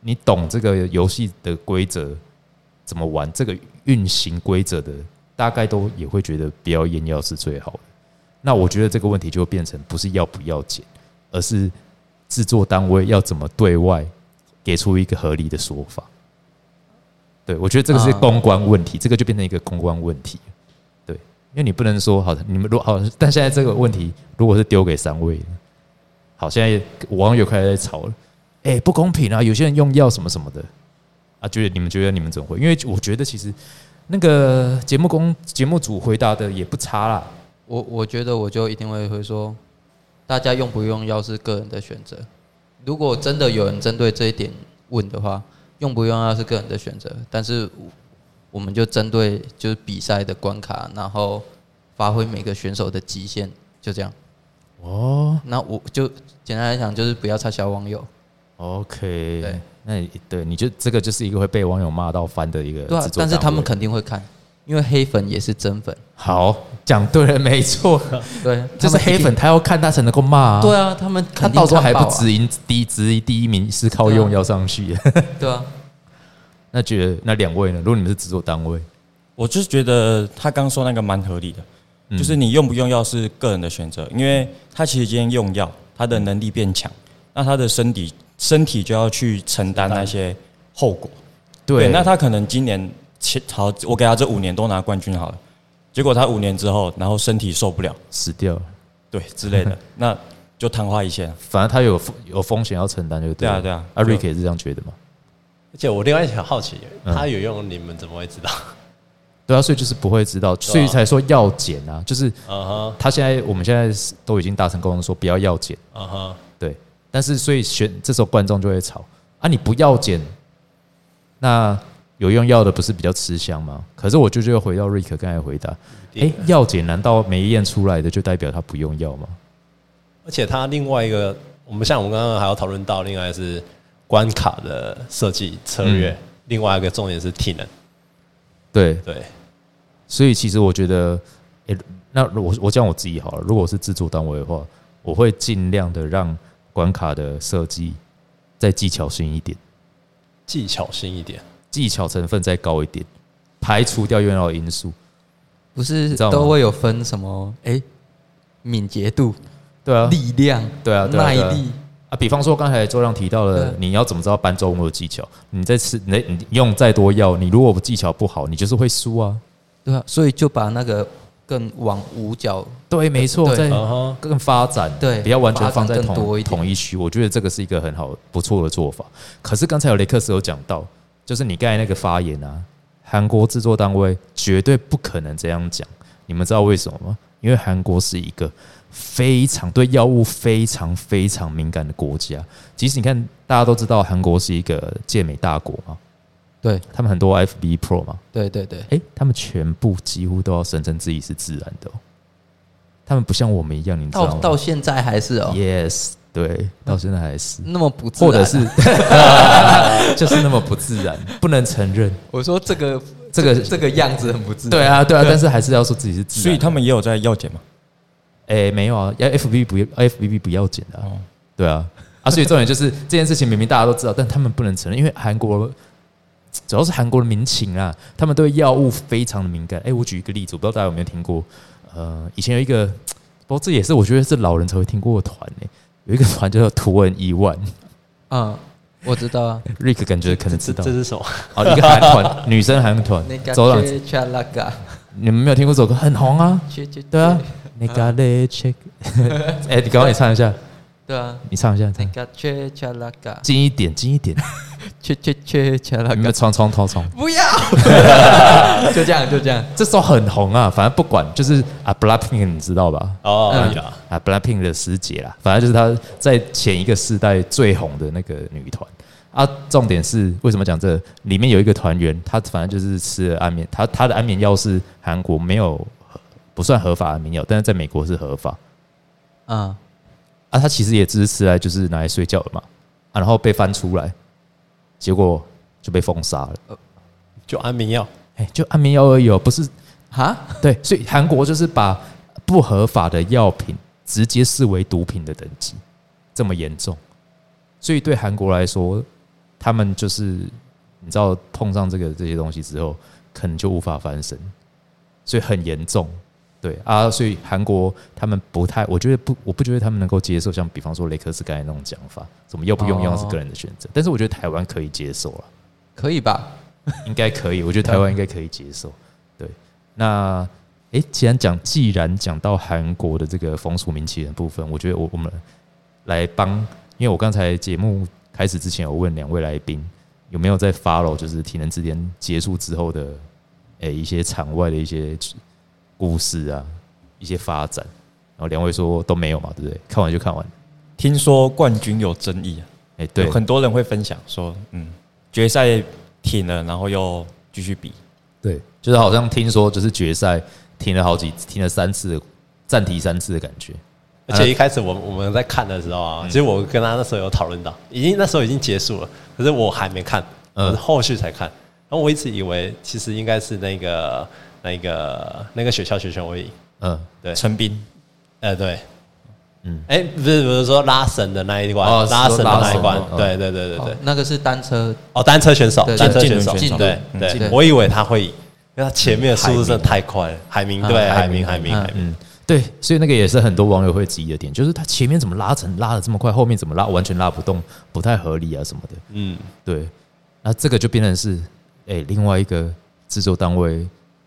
Speaker 1: 你懂这个游戏的规则怎么玩，这个运行规则的，大概都也会觉得不要验药是最好的。那我觉得这个问题就变成不是要不要检，而是制作单位要怎么对外给出一个合理的说法。对，我觉得这个是
Speaker 2: 啊
Speaker 1: 公关问题，这个就变成一个公关问题。对，因为你不能说好，你们如果好，但现在这个问题如果是丢给三位呢，好，现在网友开始在吵了，哎、不公平啊！有些人用药什么什么的啊，觉得你们觉得你们怎么会？因为我觉得其实那个节目公节目组回答的也不差啦，
Speaker 2: 我我觉得我就一定会会说，大家用不用药是个人的选择。如果真的有人针对这一点问的话，用不用药是个人的选择，但是我我们就针对就是比赛的关卡，然后发挥每个选手的极限，就这样。哦，那我就简单来讲，就是不要插小网友。
Speaker 1: OK，
Speaker 2: 对
Speaker 1: 那你对，你就这个就是一个会被网友骂到翻的一个制
Speaker 2: 对
Speaker 1: 作
Speaker 2: 啊
Speaker 1: 单位，，
Speaker 2: 但是他们肯定会看，因为黑粉也是真粉，
Speaker 1: 好讲对了，没错，
Speaker 2: 对，
Speaker 1: 就是
Speaker 2: 他们
Speaker 1: 黑
Speaker 2: 一定
Speaker 1: 粉，，他要看他才能够骂、啊，
Speaker 2: 对，啊，他们
Speaker 1: 他
Speaker 2: 肯定
Speaker 1: 到时候还
Speaker 2: 看爆
Speaker 1: 不
Speaker 2: 啊，
Speaker 1: 直赢第一直一第一名是靠用药上去，
Speaker 2: 对啊，
Speaker 1: 那觉得那两位呢？如果你们是制作单位，
Speaker 3: 我就是觉得他刚说那个蛮合理的，
Speaker 1: 嗯
Speaker 3: 就是你用不用药是个人的选择，因为他其实今天用药，他的能力变强，那他的身体身体就要去承担那些后果。
Speaker 1: 对，
Speaker 3: 那他可能今年前好，我给他这五年都拿冠军好了，结果他五年之后，然后身体受不了，
Speaker 1: 死掉了，
Speaker 3: 对之类的， 那就昙花一现啊。
Speaker 1: 反正他有风有风险要承担，就对了
Speaker 3: 对啊对啊
Speaker 1: 阿瑞
Speaker 3: 就
Speaker 1: 克也是这样觉得嘛？
Speaker 4: 而且我另外很好奇，
Speaker 1: 嗯
Speaker 4: 他有用，你们怎么会知道？
Speaker 1: 对啊，所以就是不会知道，所以才说要减啊，就是
Speaker 4: 嗯哼，
Speaker 1: 他现在我们现在是都已经达成共识说不要药检，
Speaker 4: 嗯哼，
Speaker 1: 对，但是所以选这时候观众就会吵啊，你不药检，那有用药的不是比较吃香吗？可是我就就又回到瑞克刚才的回答，哎
Speaker 4: 一定
Speaker 1: 诶，药检难道没验出来的就代表他不用药吗？
Speaker 4: 而且他另外一个，我们像我们刚刚还要讨论到，另外是关卡的设计策略，另外一个重点是体能。
Speaker 1: 对，
Speaker 4: 对，
Speaker 1: 所以其实我觉得，诶、那如我我讲我自己好了，如果我是制作单位的话，我会尽量的让关卡的设计再技巧性一点，
Speaker 4: 技巧性一点。
Speaker 1: 技巧成分再高一点，排除掉原来的因素。
Speaker 2: 不是
Speaker 1: 知道吗
Speaker 2: 都会有分什么？哎、敏捷度、
Speaker 1: 对啊，
Speaker 2: 力量、
Speaker 1: 对啊，对啊
Speaker 2: 耐
Speaker 1: 对啊
Speaker 2: 力，
Speaker 1: 啊，比方说刚才周亮提到
Speaker 2: 对
Speaker 1: 了
Speaker 2: 啊，
Speaker 1: 你要怎么知道搬重物的技巧？你在吃，你你用再多药，你如果技巧不好，你就是会输啊。
Speaker 2: 对啊，所以就把那个更往五角，
Speaker 1: 对，哦没错，
Speaker 2: 对
Speaker 1: 在
Speaker 4: 然后
Speaker 1: 更发展，
Speaker 2: 对
Speaker 1: 不要完全放在
Speaker 2: 发展更多
Speaker 1: 同
Speaker 2: 一点
Speaker 1: 同一区，我觉得这个是一个很好不错的做法。可是刚才有雷克斯有讲到，就是你刚才那个发言啊，韩国制作单位绝对不可能这样讲，你们知道为什么吗？因为韩国是一个非常对药物非常非常敏感的国家。即使你看，大家都知道韩国是一个健美大国嘛，
Speaker 2: 对
Speaker 1: 他们很多 FB Pro 嘛，
Speaker 2: 对对对，
Speaker 1: 诶，他们全部几乎都要声称自己是自然的、哦，他们不像我们一样，你知道
Speaker 2: 到
Speaker 1: 吗？
Speaker 2: 到现在还是哦、
Speaker 1: Yes，对，到现在还是，
Speaker 2: 那么不自然
Speaker 1: 或
Speaker 2: 啊
Speaker 1: 者是就是那么不自然，不能承认。
Speaker 2: 我说这个
Speaker 1: 这个
Speaker 2: 这个样子很不自然，
Speaker 1: 对啊，对啊，但是还是要说自己是自然。
Speaker 3: 所以他们也有在药检嘛。
Speaker 1: 哎、没有啊，要 FB 不要 FBB 不要紧的、啊，对啊，啊，所以重点就是这件事情明明大家都知道，但他们不能承认，因为韩国主要是韩国的民情啊，他们对药物非常的敏感。哎、我举一个例子，我不知道大家有没有听过，呃，以前有一个，不过这也是我觉得是老人才会听过的团呢、有一个团叫做图文一万
Speaker 2: 嗯，我知道 啊。
Speaker 1: ，Rick 感觉可能知
Speaker 4: 这
Speaker 1: 道
Speaker 4: 这，是什么？
Speaker 1: 哦，一个韩团，女生韩团
Speaker 2: 那，个
Speaker 1: 走两，
Speaker 2: 切切那个
Speaker 1: 你们没有听过这首歌，很红啊，
Speaker 2: 切切，
Speaker 1: 对 啊，那个 l check，哎、你赶快唱一下，
Speaker 2: 对啊，
Speaker 1: 你唱一下，
Speaker 2: 那
Speaker 1: 唱
Speaker 2: 个切切那 个
Speaker 1: 近一点，近一点，
Speaker 2: 切切切切那
Speaker 1: 有没
Speaker 2: 个
Speaker 1: 有，冲冲冲冲？
Speaker 2: 不 要，就这样就这样，
Speaker 1: 这首很红啊，反正不管，就是啊，Blackpink 你知道吧？
Speaker 4: 哦，
Speaker 2: 嗯
Speaker 4: 有啊
Speaker 1: 啊，Blackpink 的师姐啦，反正就是她在前一个世代最红的那个女团啊。重点是为什么讲这个里面有一个团员，她反正就是吃了安眠，她她的安眠药是韩国没有不算合法安眠药，但是在美国是合法
Speaker 2: 嗯，
Speaker 1: 啊。她其实也只是吃来就是拿来睡觉的嘛，啊，然后被翻出来，结果就被封杀了。
Speaker 4: 就安眠药。
Speaker 1: 哎、就安眠药而已哦，不是
Speaker 2: 哈，
Speaker 1: 对，所以韩国就是把不合法的药品直接视为毒品的等级，这么严重。所以对韩国来说，他们就是你知道碰上这个这些东西之后，可能就无法翻身，所以很严重。对啊，所以韩国他们不太，我觉得不，我不觉得他们能够接受，像比方说雷克斯刚才那种讲法，什么要不用药是个人的选择，但是我觉得台湾可以接受了。
Speaker 2: 可以吧？
Speaker 1: 应该可以，我觉得台湾应该可以接受。对，那诶，既然讲既然讲到韩国的这个风俗民情的部分，我觉得我我们来帮，因为我刚才节目开始之前有问两位来宾有没有在 follow，就是体能之巅结束之后的诶一些场外的一些故事啊，一些发展。然后两位说都没有嘛，对不对？看完就看完。
Speaker 3: 听说冠军有争议啊，
Speaker 1: 哎、对
Speaker 3: 有，很多人会分享说，嗯，决赛挺了，然后又继续比，
Speaker 1: 对，就是好像听说就是决赛停了好几，停了三次，暂停三次的感觉。
Speaker 4: 而且一开始我们我们在看的时候啊，其实我跟他那时候有讨论到，已经那时候已经结束了，可是我还没看，
Speaker 1: 嗯
Speaker 4: 我是后续才看。然后我一直以为其实应该是那个那个那个学校学生会赢，
Speaker 1: 嗯，
Speaker 4: 对，
Speaker 3: 陈斌
Speaker 4: 呃对，
Speaker 1: 嗯
Speaker 4: 嗯，哎、不是不是说拉绳的那一关，
Speaker 1: 哦是
Speaker 4: 拉绳的那一
Speaker 1: 说拉
Speaker 4: 关哦
Speaker 1: 绳，的
Speaker 4: 对对对对
Speaker 2: 好
Speaker 4: 对，
Speaker 2: 哦那个是单车，
Speaker 4: 哦，单车选手，
Speaker 2: 对
Speaker 4: 单车
Speaker 3: 竞
Speaker 4: 选手，
Speaker 3: 竞
Speaker 2: 选手
Speaker 4: 对
Speaker 2: 嗯竞
Speaker 4: 对，
Speaker 2: 争
Speaker 4: 我以为他会赢，因为他前面的速度真
Speaker 1: 海
Speaker 4: 的
Speaker 1: 明
Speaker 4: 太快了，海明
Speaker 2: 啊
Speaker 4: 对，
Speaker 1: 海
Speaker 4: 海
Speaker 1: 明
Speaker 4: 明海明
Speaker 2: 嗯
Speaker 4: 海明，
Speaker 1: 嗯，对，所以那个也是很多网友会质疑的点，就是他前面怎么拉成拉的这么快，后面怎么拉完全拉不动，不太合理啊什么的。
Speaker 4: 嗯，
Speaker 1: 对，那这个就变成是，哎、另外一个制作单位，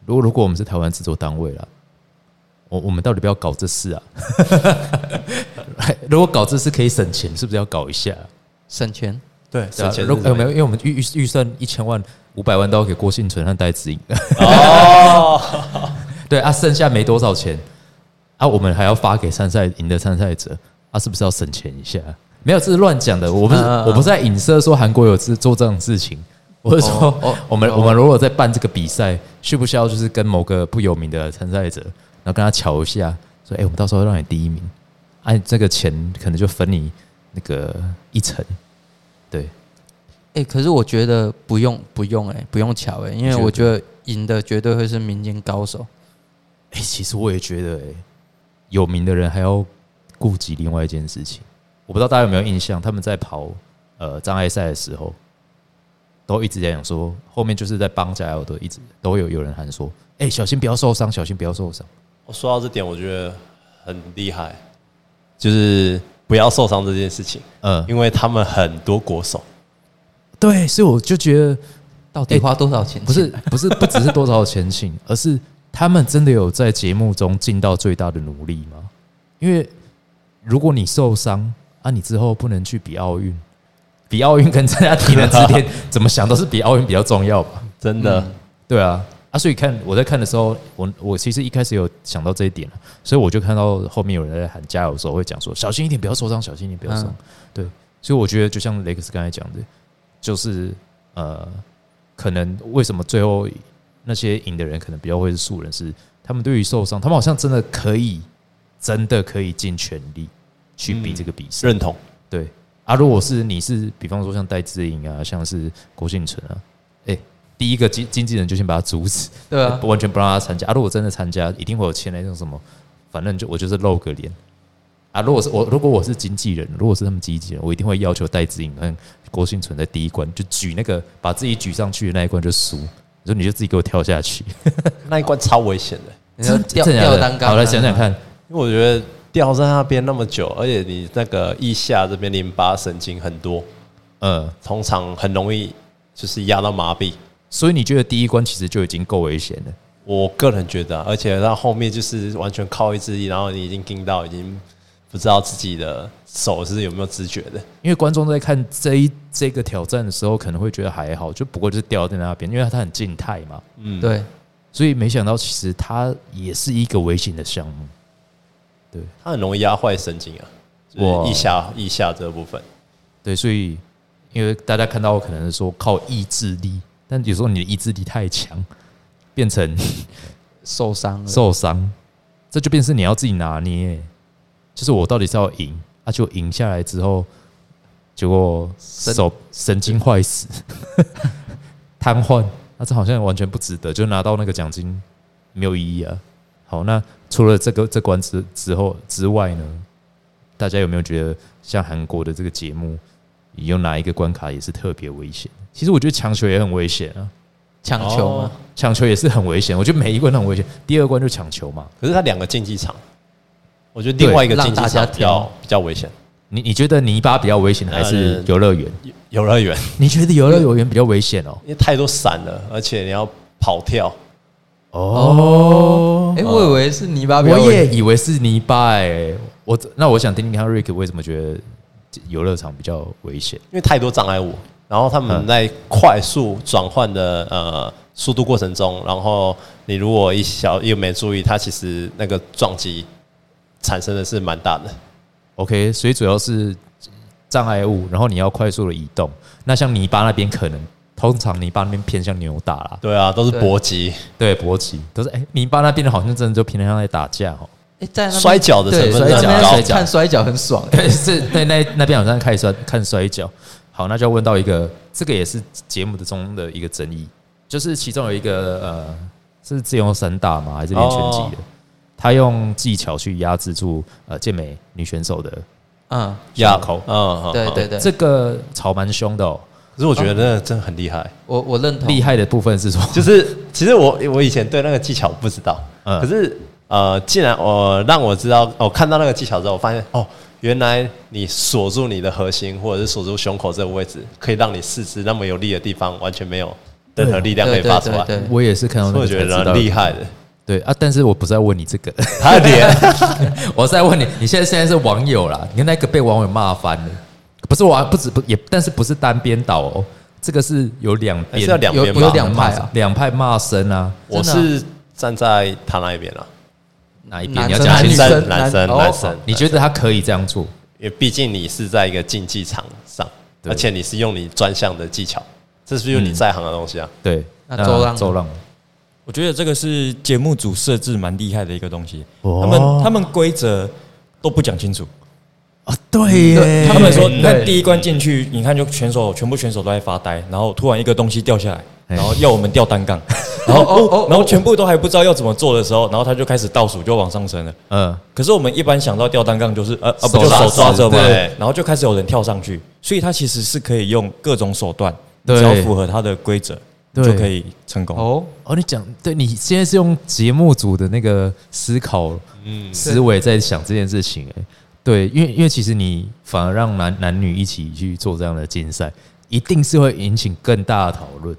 Speaker 1: 如果如果我们是台湾制作单位啦，我我们到底不要搞这事啊？ 如果搞这事可以省钱，是不是要搞一下、啊
Speaker 2: 省钱，
Speaker 3: 对
Speaker 1: 对啊
Speaker 4: 省钱
Speaker 1: 如
Speaker 4: 是什
Speaker 1: 果没
Speaker 4: 么
Speaker 1: 有，因为我们预预预算一千万五百万都要给郭信存和戴子颖，
Speaker 4: 哦，
Speaker 1: 对啊，剩下没多少钱啊，我们还要发给参赛赢的参赛者啊，是不是要省钱一下？没有，这是乱讲的，我不是、
Speaker 2: 嗯嗯嗯
Speaker 1: 我不是在影射说韩国有做做这种事情，我是说、
Speaker 2: 哦哦
Speaker 1: 我们、
Speaker 2: 哦
Speaker 1: 我们如果在办这个比赛，需不需要就是跟某个不有名的参赛者，啊然后跟他瞧一下，说哎、我们到时候让你第一名，按、这个钱可能就分你那个一层。对，
Speaker 2: 哎、可是我觉得不用不用哎、不用巧哎、因为
Speaker 1: 你觉得
Speaker 2: 我觉得赢的绝对会是民间高手。
Speaker 1: 哎、其实我也觉得、哎，有名的人还要顾及另外一件事情。我不知道大家有没有印象，他们在跑呃障碍赛的时候，都一直在讲说，后面就是在帮加油的，一直都有有人喊说：“哎、小心不要受伤，小心不要受伤。
Speaker 4: 我哦说到这点，我觉得很厉害，就是不要受伤这件事情，”
Speaker 1: 嗯，
Speaker 4: 因为他们很多国手，
Speaker 1: 对，所以我就觉得
Speaker 2: 到底
Speaker 1: 哎
Speaker 2: 花多少钱、
Speaker 1: 不是，不是不只是多少前进，而是他们真的有在节目中尽到最大的努力吗？因为如果你受伤啊，你之后不能去比奥运，比奥运跟参加体能之 巅怎么想都是比奥运比较重要吧？
Speaker 4: 真的，
Speaker 1: 对啊，啊，所以看我在看的时候，我我其实一开始有想到这一点了，所以我就看到后面有人在喊加油的时候会讲说小心一点，不要受伤，小心一点，不要受伤。
Speaker 2: 嗯
Speaker 1: 对，所以我觉得就像雷克斯刚才讲的，就是呃，可能为什么最后那些赢的人可能比较会是素人，是他们对于受伤，他们好像真的可以，真的可以尽全力去比
Speaker 4: 嗯
Speaker 1: 这个比赛。
Speaker 4: 认同。
Speaker 1: 对啊，如果是你是比方说像戴志颖啊，像是郭幸存啊，哎、第一个经经纪人就先把他阻止，
Speaker 2: 对啊，
Speaker 1: 完全不让他参加。啊，如果真的参加，一定会有签那种什么，反正就我就是露个脸。啊，如果是我，如果我是经纪人，如果是他们经纪人，我一定会要求戴志颖跟郭幸存在第一关就举那个把自己举上去的那一关就输，你说你就自己给我跳下去，
Speaker 4: 那一关超危险的，
Speaker 2: 你要吊
Speaker 1: 真的假
Speaker 2: 吊
Speaker 1: 的
Speaker 2: 单杠。啊
Speaker 1: 好，来想想，看，
Speaker 4: 因为我觉得吊在那边那么久，而且你那个腋下这边淋巴神经很多，
Speaker 1: 嗯，
Speaker 4: 通常很容易就是压到麻痹。
Speaker 1: 所以你觉得第一关其实就已经够危险了。
Speaker 4: 我个人觉得啊、而且到后面就是完全靠意志力，然后你已经盯到已经不知道自己的手是有没有知觉的。
Speaker 1: 因为观众在看这一这个挑战的时候，可能会觉得还好，就不过就是掉在那边，因为它很静态嘛，
Speaker 4: 嗯，
Speaker 2: 对，
Speaker 1: 所以没想到其实它也是一个危险的项目。
Speaker 4: 它很容易压坏神经啊，就
Speaker 1: 哇
Speaker 4: 是腋下腋下这部分。
Speaker 1: 对，所以因为大家看到我可能是说靠意志力，但有时候你的意志力太强，变成
Speaker 2: 受伤了。
Speaker 1: 嗯受伤，这就变成你要自己拿捏，就是我到底是要赢，啊，就赢下来之后，结果手神经坏死， 瘫痪，那这好像完全不值得，就拿到那个奖金没有意义啊。好，那除了这个这关之之后之外呢，大家有没有觉得像韩国的这个节目，有哪一个关卡也是特别危险？其实我觉得强球也很危险啊。
Speaker 2: 抢球
Speaker 4: 哦
Speaker 2: 嘛，
Speaker 1: 抢球也是很危险，我觉得每一关都很危险。第二关就抢球嘛，
Speaker 4: 可是它两个竞技场，我觉得另外一个
Speaker 2: 对
Speaker 4: 竞技
Speaker 2: 让大
Speaker 4: 场
Speaker 2: 家
Speaker 4: 比较
Speaker 2: 挑
Speaker 4: 比较危险。
Speaker 1: 你你觉得泥巴比较危险，还
Speaker 2: 呃
Speaker 1: 是游乐园？
Speaker 4: 游游乐园，
Speaker 1: 你觉得游乐园比较危险哦？
Speaker 4: 因为太多伞了，而且你要跑跳，
Speaker 1: 哦
Speaker 2: 哎、，我以为是泥哎巴比较危险，
Speaker 1: 我也以为是泥巴哎、我那我想听听看 Rick 为什么觉得游乐场比较危险？
Speaker 4: 因为太多障碍物。然后他们
Speaker 1: 嗯
Speaker 4: 在快速转换的呃速度过程中，然后你如果一小又没注意，它其实那个撞击产生的是蛮大的。
Speaker 1: OK，所以主要是障碍物，然后你要快速的移动。那像泥巴那边可能，通常泥巴那边偏向扭打啦，
Speaker 4: 对啊，都是
Speaker 2: 对
Speaker 4: 搏击，
Speaker 1: 对，搏击都是哎、泥巴那边的好像真的就偏向在打架哦。
Speaker 2: 哎、在那边
Speaker 4: 摔跤的成
Speaker 2: 对
Speaker 4: 分
Speaker 1: 真的
Speaker 2: 在那边
Speaker 1: 很高摔跤
Speaker 2: 看摔跤很爽、
Speaker 1: 对，是对那那边好像看摔看摔跤。好，那就要问到一个，这个也是节目的中的一个争议，就是其中有一个呃，是自由散打吗？还是练拳击的？他用技巧去压制住呃健美女选手的呃
Speaker 2: 嗯，
Speaker 1: 胸
Speaker 4: 口
Speaker 1: 口，，
Speaker 4: 嗯，嗯
Speaker 2: 对
Speaker 4: 嗯
Speaker 2: 对对，
Speaker 1: 哦这个吵蛮凶的哦。
Speaker 4: 可是我觉得那个真的很厉害，
Speaker 2: 我我认同。
Speaker 1: 厉害的部分是说，
Speaker 4: 就是其实我我以前对那个技巧不知道，
Speaker 1: 嗯
Speaker 4: 可是呃，既然我让我知道，我看到那个技巧之后，我发现哦，原来你锁住你的核心或者是锁住胸口这个位置，可以让你四肢那么有力的地方完全没有任何力量可以发出来，
Speaker 2: 对对对
Speaker 1: 我也是看到
Speaker 4: 所以
Speaker 1: 那
Speaker 4: 我
Speaker 1: 个
Speaker 4: 觉
Speaker 1: 才
Speaker 4: 得
Speaker 1: 知道
Speaker 4: 蛮厉害的。
Speaker 1: 对啊，但是我不是在问你这个，
Speaker 4: 他的脸，
Speaker 1: 我是在问你，你现在现在是网友啦，你看那个被网友骂翻了，不是网不止不也，但是不是单边倒哦，这个是有两边
Speaker 4: 还是要两
Speaker 2: 有
Speaker 4: 边吧
Speaker 2: 有啊两派
Speaker 1: 骂
Speaker 2: 啊，
Speaker 1: 两派骂声啊，
Speaker 4: 我
Speaker 2: 真的
Speaker 4: 是站在他那一边啊了，
Speaker 1: 哪一边
Speaker 2: 男
Speaker 1: 你要
Speaker 2: 生
Speaker 1: 讲
Speaker 2: 男
Speaker 1: 清
Speaker 2: 女
Speaker 1: 楚？
Speaker 2: 生
Speaker 4: 男生
Speaker 2: 哦
Speaker 4: 男生
Speaker 1: 你觉得他可以这样做？
Speaker 4: 因为毕竟你是在一个竞技场上，
Speaker 1: 对
Speaker 4: 而且你是用你专项的技巧，这是不是你
Speaker 1: 嗯
Speaker 4: 在行的东西啊？
Speaker 1: 对，
Speaker 2: 那周浪呢
Speaker 1: 周浪，
Speaker 3: 我觉得这个是节目组设置蛮厉害的一个东西，
Speaker 1: 哦
Speaker 3: 他们他们规则都不讲清楚，
Speaker 1: 哦，对
Speaker 4: 哎
Speaker 1: 耶，
Speaker 3: 他们说，
Speaker 1: 对
Speaker 3: 你看第一关进去，你看就选手全部选手都在发呆，然后突然一个东西掉下来，
Speaker 1: 哎
Speaker 3: 然后要我们吊单杠， 然后
Speaker 2: 哦哦
Speaker 3: 哦，然后全部都还不知道要怎么做的时候，然后他就开始倒数，就往上升了。
Speaker 2: 哦
Speaker 1: 嗯，
Speaker 3: 可是我们一般想到吊单杠就是呃啊不就
Speaker 1: 手拉
Speaker 3: 手抓
Speaker 1: 绳
Speaker 3: 着嘛
Speaker 4: 对，
Speaker 3: 然后就开始有人跳上去，所以他其实是可以用各种手段，
Speaker 1: 对
Speaker 3: 只要符合他的规则
Speaker 1: 对
Speaker 3: 就可以成功。
Speaker 2: 哦，
Speaker 1: 哦，你讲，对你现在是用节目组的那个思考
Speaker 4: 嗯，
Speaker 1: 思维在想这件事情、哎，对，因为因为其实你反而让男男女一起去做这样的竞赛，一定是会引起更大的讨论，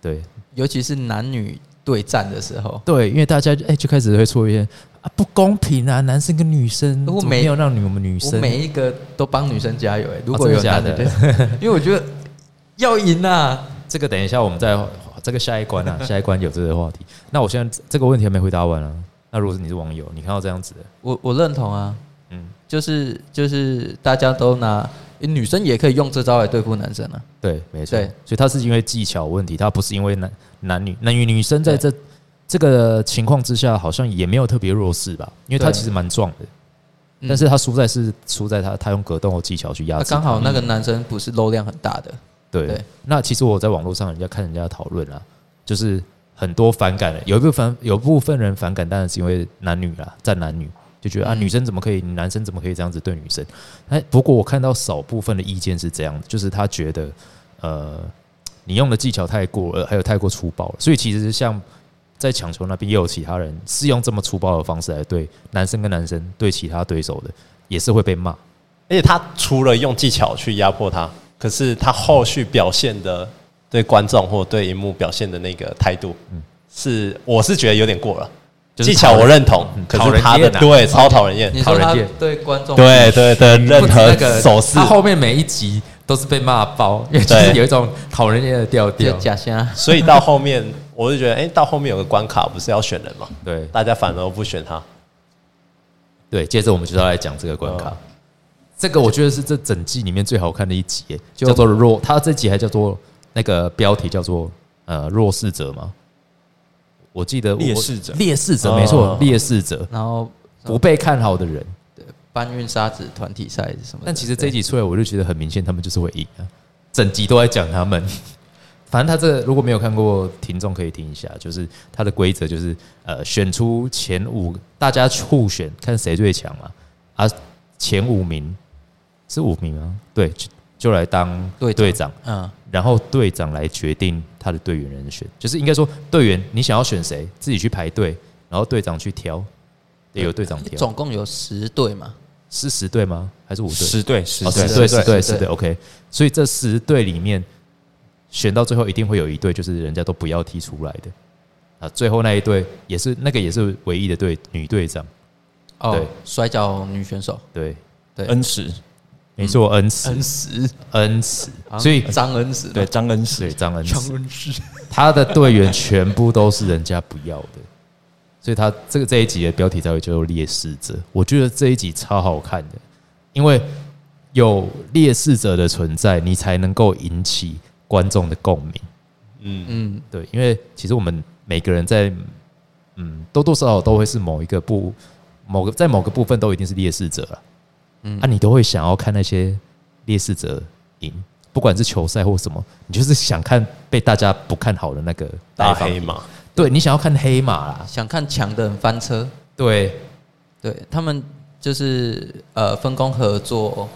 Speaker 1: 对
Speaker 2: 尤其是男女对战的时候，
Speaker 1: 对，因为大家哎、就开始会出现啊不公平啊，男生跟女生，
Speaker 2: 如果
Speaker 1: 怎么
Speaker 2: 每
Speaker 1: 没有让你我们女
Speaker 2: 我
Speaker 1: 生，
Speaker 2: 每一个都帮女生加油哎、如
Speaker 1: 哦
Speaker 2: 果
Speaker 1: 真
Speaker 2: 有
Speaker 1: 的假
Speaker 2: 男的
Speaker 1: 的
Speaker 2: 对， 因为我觉得要赢啊，
Speaker 1: 这个等一下我们再这个下一关啊，下一关有这个话题，那我现在这个问题还没回答完啊，那如果是你是网友，你看到这样子的，
Speaker 2: 我我认同啊，
Speaker 1: 嗯，
Speaker 2: 就是就是大家都拿女生也可以用这招来对付男生啊，
Speaker 1: 对，没错
Speaker 2: 对。
Speaker 1: 所以他是因为技巧问题，他不是因为男男女男女女生在这这个情况之下，好像也没有特别弱势吧？因为他
Speaker 2: 对
Speaker 1: 其实蛮壮的，
Speaker 2: 嗯
Speaker 1: 但是他输在是输在他他用格斗技巧去压
Speaker 2: 那
Speaker 1: 制他。
Speaker 2: 啊刚好那个男生不是肉量很大的，
Speaker 1: 对，
Speaker 2: 对
Speaker 1: 那其实我在网络上人家看人家讨论啊，就是很多反感的，有一部分有部分人反感，当然是因为男女啦，站男女就觉得啊，
Speaker 2: 嗯
Speaker 1: 女生怎么可以，男生怎么可以这样子对女生？哎，不过我看到少部分的意见是这样，就是他觉得呃，你用的技巧太过，呃，还有太过粗暴了，所以其实像。在抢球那边也有其他人是用这么粗暴的方式来对男生跟男生对其他对手的，也是会被骂。
Speaker 4: 而且他除了用技巧去压迫他，可是他后续表现的对观众或对荧幕表现的那个态度，是我是觉得有点过了。
Speaker 1: 嗯就是
Speaker 4: 技巧我认同，可
Speaker 1: 讨
Speaker 4: 是
Speaker 1: 人
Speaker 4: 他的
Speaker 1: 厌啊
Speaker 4: 对超讨人厌，
Speaker 2: 你
Speaker 1: 讨
Speaker 2: 说
Speaker 1: 人
Speaker 2: 他
Speaker 1: 厌
Speaker 2: 对观众
Speaker 4: 对对对，任
Speaker 1: 嗯不止
Speaker 4: 何
Speaker 1: 那个
Speaker 4: 手势
Speaker 1: 他，后面每一集都是被骂爆，因为就是
Speaker 4: 对
Speaker 1: 有一种讨人厌的调
Speaker 2: 就
Speaker 1: 调。
Speaker 2: 假虾，
Speaker 4: 所以到后面我就觉得，哎，到后面有个关卡不是要选人嘛，
Speaker 1: 对
Speaker 4: 大家反而不选他，
Speaker 1: 对，接着我们就要来讲这个关卡。
Speaker 4: 哦
Speaker 1: 这个我觉得是这整季里面最好看的一集耶，
Speaker 2: 就
Speaker 1: 叫做弱。他这集还叫做那个标题叫做呃弱势者吗？我记得我
Speaker 3: 劣势者
Speaker 1: 劣势者
Speaker 4: 哦
Speaker 1: 没错，劣势者
Speaker 2: 然后
Speaker 1: 不被看好的人。
Speaker 2: 搬运沙子团体赛什么的，
Speaker 1: 但其实这一
Speaker 2: 对
Speaker 1: 集出来，我就觉得很明显，他们就是会赢啊，整集都在讲他们。 反正他这个如果没有看过，听众可以听一下，就是他的规则就是呃，选出前五，大家互选看谁最强嘛，啊，前五名是五名吗？对，就就来当
Speaker 2: 队长
Speaker 1: 队长，
Speaker 2: 嗯
Speaker 1: 然后队长来决定他的队员人选，就是应该说队员你想要选谁，自己去排队，然后队长去挑，对有队长挑，
Speaker 2: 总共有十队嘛，
Speaker 1: 是十队吗？还是五队？
Speaker 3: 十对十
Speaker 1: 哦，
Speaker 3: 对
Speaker 1: 十队
Speaker 2: 对对
Speaker 1: 十队
Speaker 2: 对
Speaker 1: 十队，OK。所以这十队里面选到最后，一定会有一队就是人家都不要踢出来的啊。最后那一队也是那个也是唯一的队女队长，
Speaker 2: 哦
Speaker 1: 对，
Speaker 2: 摔跤女选手
Speaker 1: 对，
Speaker 2: 对
Speaker 3: N 十，
Speaker 1: 没错，恩慈
Speaker 2: 恩石，
Speaker 1: 恩慈，
Speaker 2: 好像
Speaker 1: 所以
Speaker 2: 啊张恩石
Speaker 3: 对张 N 十
Speaker 1: 对，张恩
Speaker 2: 张
Speaker 1: 慈，
Speaker 2: 恩石，
Speaker 1: 他的队员全部都是人家不要的，所以他这个这一集的标题才会叫做劣势者。我觉得这一集超好看的，因为有劣势者的存在，你才能够引起观众的共鸣。
Speaker 4: 嗯，
Speaker 2: 嗯，
Speaker 1: 对，因为其实我们每个人在嗯多多少少都会是某一个部某个在某个部分都一定是劣势者了，嗯，啊，你都会想要看那些劣势者赢，不管是球赛或什么，你就是想看被大家不看好的那个那
Speaker 4: 大
Speaker 1: 一方
Speaker 4: 黑，马，
Speaker 1: 对你想要看黑马啦，
Speaker 2: 想看强的人翻车，
Speaker 1: 对，
Speaker 2: 对他们就是呃分工合作，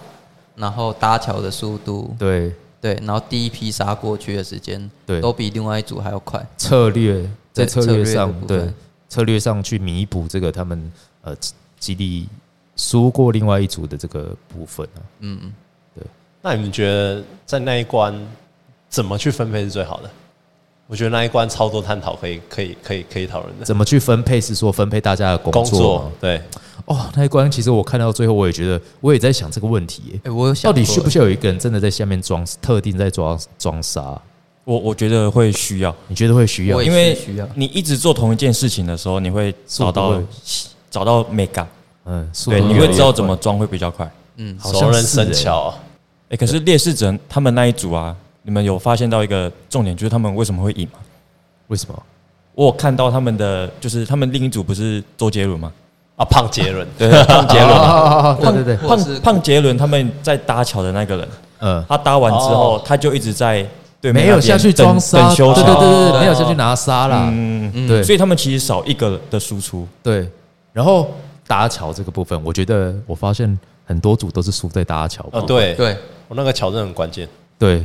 Speaker 2: 然后搭桥的速度，
Speaker 1: 对，
Speaker 2: 对，然后第一批杀过去的时间，
Speaker 1: 对
Speaker 2: 都比另外一组还要快。
Speaker 1: 策略在
Speaker 2: 对
Speaker 1: 策
Speaker 2: 策
Speaker 1: 略
Speaker 2: 略的
Speaker 1: 上
Speaker 2: 部
Speaker 1: 对
Speaker 2: 分
Speaker 1: 策略上去弥补这个他们呃基地输过另外一组的这个部分啊。
Speaker 2: 嗯，
Speaker 4: 那你们觉得在那一关怎么去分配是最好的？我觉得那一关超多探讨可以可以可以可以讨论的。
Speaker 1: 怎么去分配？是说分配大家的工
Speaker 4: 工
Speaker 1: 作
Speaker 4: 作
Speaker 1: 吗？
Speaker 4: 对，
Speaker 1: 哦，那一关其实我看到最后，我也觉得我也在想这个问题耶、
Speaker 2: 哎、我有想
Speaker 1: 到底
Speaker 2: 过
Speaker 1: 需不需要有一个人真的在下面装特定在装装傻？
Speaker 3: 我我觉得会需要，
Speaker 1: 你觉得会需要
Speaker 2: 我？也
Speaker 3: 因为
Speaker 2: 是需要
Speaker 3: 你一直做同一件事情的时候，你会找
Speaker 1: 速
Speaker 3: 到
Speaker 1: 度会
Speaker 3: 找到美感，
Speaker 1: 嗯，速
Speaker 3: 对，
Speaker 1: 度
Speaker 3: 你
Speaker 1: 越来
Speaker 3: 会
Speaker 1: 越
Speaker 3: 知道怎
Speaker 1: 快
Speaker 3: 么装会比较快。
Speaker 2: 嗯
Speaker 1: 好像
Speaker 4: 熟能
Speaker 1: 是
Speaker 4: 生
Speaker 1: 欸
Speaker 4: 巧啊。
Speaker 3: 哎、可是劣势者他们那一组啊，你们有发现到一个重点，就是他们为什么会赢吗？
Speaker 1: 为什么？
Speaker 3: 我有看到他们的，就是他们另一组不是周杰伦吗？
Speaker 4: 啊，胖杰伦，
Speaker 3: 对，胖杰伦嘛，
Speaker 1: 哦，对对对，
Speaker 2: 或者是
Speaker 3: 胖胖杰伦他们在搭桥的那个人，
Speaker 1: 嗯，
Speaker 3: 他搭完之后
Speaker 4: 哦，
Speaker 3: 他就一直在对面
Speaker 1: 没有
Speaker 3: 那边
Speaker 1: 下去
Speaker 3: 等
Speaker 1: 装沙，
Speaker 3: 等
Speaker 1: 对
Speaker 3: 修
Speaker 1: 对对
Speaker 3: 桥
Speaker 1: 对对，
Speaker 4: 哦
Speaker 1: 没有下去拿沙啦，
Speaker 3: 嗯，嗯
Speaker 1: 对
Speaker 3: 所以他们其实少一个的输出，
Speaker 1: 对。然后搭桥这个部分，我觉得我发现很多组都是输在搭桥部
Speaker 4: 哦，
Speaker 1: 分，
Speaker 4: 对，
Speaker 2: 对，
Speaker 4: 我那个桥真的很关键。
Speaker 1: 对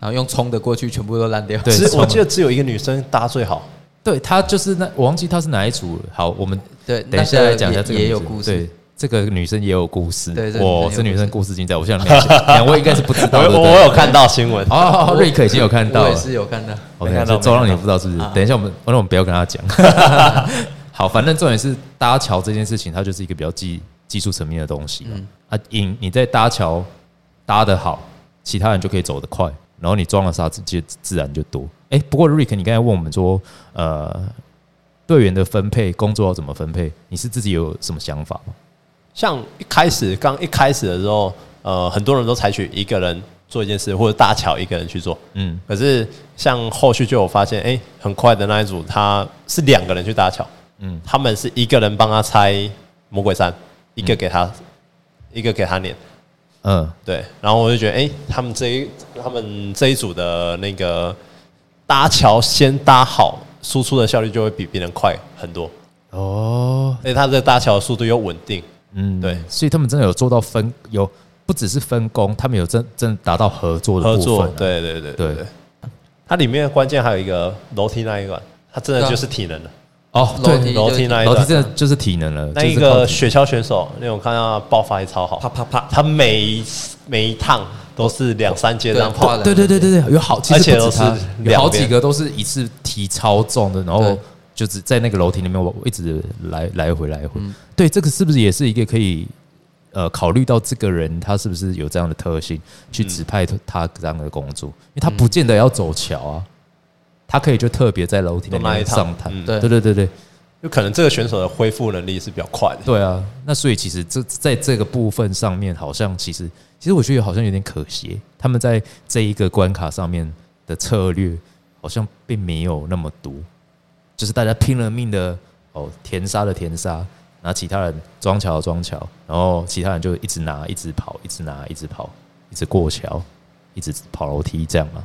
Speaker 2: 然后用冲的过去，全部都烂掉。
Speaker 1: 对
Speaker 4: 只
Speaker 1: 冲
Speaker 4: 我记得只有一个女生搭最好，
Speaker 1: 对，他就是那我忘记他是哪一组了。好，我们
Speaker 2: 对，
Speaker 1: 等一
Speaker 2: 那
Speaker 1: 下
Speaker 2: 个
Speaker 1: 来讲一下
Speaker 2: 也
Speaker 1: 这个
Speaker 2: 也有
Speaker 1: 女生
Speaker 2: 故
Speaker 1: 对
Speaker 2: 事，，
Speaker 1: 这个女生也有故事。
Speaker 2: 对这个
Speaker 1: 哇，
Speaker 2: 女生也有
Speaker 1: 这女
Speaker 2: 故
Speaker 1: 生
Speaker 2: 事
Speaker 1: 故事精彩，我相信两位应该是不知
Speaker 4: 我
Speaker 1: 道的。对不对
Speaker 4: 我有看到新闻，
Speaker 1: 哦，瑞克已经有看到
Speaker 2: 我也
Speaker 1: 了。
Speaker 2: 是有看到。
Speaker 1: OK，
Speaker 3: 没看到
Speaker 1: 这周让
Speaker 3: 没
Speaker 1: 你
Speaker 3: 看到啊
Speaker 1: 不知道是不是？等一下我们，反正我们不要跟他讲。 好，反正重点是搭桥这件事情，它就是一个比较技技术层面的东西嘛。
Speaker 3: 嗯
Speaker 1: 啊，你你在搭桥搭得好，其他人就可以走得快，然后你装了沙子，就自然就多。哎、不过瑞克，你刚才问我们说，呃，队员的分配工作要怎么分配？你是自己有什么想法吗？
Speaker 4: 像一开始刚一开始的时候，呃，很多人都采取一个人做一件事，或者搭桥一个人去做。
Speaker 1: 嗯，
Speaker 4: 可是像后续就有发现，哎、很快的那一组他是两个人去搭桥，
Speaker 1: 嗯
Speaker 4: 嗯，他们是一个人帮他拆魔鬼山，一个给他，一个给他撵，
Speaker 1: 嗯，
Speaker 4: 对。然后我就觉得，哎、他们这一他们这一组的那个搭桥先搭好，输出的效率就会比别人快很多，
Speaker 1: 哦，
Speaker 4: 而且他这搭桥的速度又稳定，
Speaker 1: 嗯，
Speaker 4: 对
Speaker 1: 所以他们真的有做到分，有不只是分工，他们有真真的达到合作的
Speaker 4: 合
Speaker 1: 部分、啊
Speaker 4: 作，，对对对
Speaker 1: 对
Speaker 4: 对对。它里面的关键还有一个楼梯那一段，它真
Speaker 2: 啊
Speaker 4: 的就是体能的。
Speaker 1: 哦，
Speaker 2: 楼
Speaker 1: 对
Speaker 2: 梯，
Speaker 4: 楼梯那一
Speaker 1: 楼梯
Speaker 4: 段，
Speaker 1: 真的就是体能了，
Speaker 4: 那
Speaker 1: 就
Speaker 4: 一
Speaker 1: 是靠
Speaker 4: 个
Speaker 1: 体
Speaker 4: 雪橇选手，那种看到他爆发力超好，
Speaker 3: 啪啪啪，
Speaker 4: 他每一次每一趟都是两三阶这样
Speaker 2: 对
Speaker 4: 跑
Speaker 2: 跨，
Speaker 1: 对对对对对，有好，其实
Speaker 4: 而且
Speaker 1: 不止
Speaker 4: 都是
Speaker 1: 他有
Speaker 4: 两
Speaker 1: 好
Speaker 4: 边
Speaker 1: 几个都是一次提超重的，然后
Speaker 2: 对
Speaker 1: 就是在那个楼梯里面，我一直来来回来回。
Speaker 4: 嗯
Speaker 1: 对，这个是不是也是一个可以呃考虑到这个人他是不是有这样的特性，去
Speaker 4: 嗯
Speaker 1: 指派他这样的工作？因为他不见得要走桥啊，他可以就特别在楼梯那
Speaker 4: 都那
Speaker 1: 边
Speaker 4: 一趟
Speaker 1: 上台。
Speaker 4: 嗯
Speaker 1: 对对对对
Speaker 4: 就可能这个选手的恢复能力是比较快的。
Speaker 1: 对啊！那所以其实这在这个部分上面，好像其实其实我觉得好像有点可惜，他们在这一个关卡上面的策略好像并没有那么多，就是大家拼了命的哦，填沙的填沙，然后其他人装桥的装桥，然后其他人就一直拿，一直跑，一直拿，一直跑，一直过桥，一直跑楼梯这样嘛。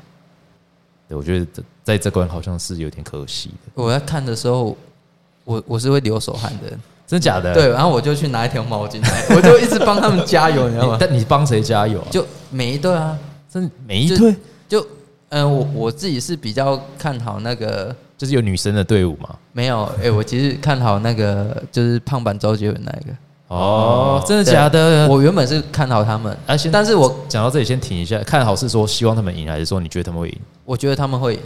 Speaker 1: 对，我觉得这在这关好像是有点可惜的，
Speaker 2: 我在看的时候，我我是会流手汗的人。
Speaker 1: 真假的？
Speaker 2: 对，然后我就去拿一条毛 巾来，我就一直帮他们加油，你知道
Speaker 1: 你，
Speaker 2: 吗？
Speaker 1: 但你帮谁加油啊？
Speaker 2: 就每一队啊，
Speaker 1: 真每一
Speaker 2: 就
Speaker 1: 队
Speaker 2: 就嗯、呃我我自己是比较看好那个
Speaker 1: 就是有女生的队伍嘛。
Speaker 2: 没有，哎、我其实看好那个就是胖版周杰伦那一个。
Speaker 1: 哦，真的
Speaker 2: 对
Speaker 1: 假的？我
Speaker 2: 我原本是看好他们，
Speaker 1: 啊先
Speaker 2: 但是我
Speaker 1: 讲到这里先停一下，看好是说希望他们赢，还是说你觉得他们会赢？
Speaker 2: 我觉得他们会赢，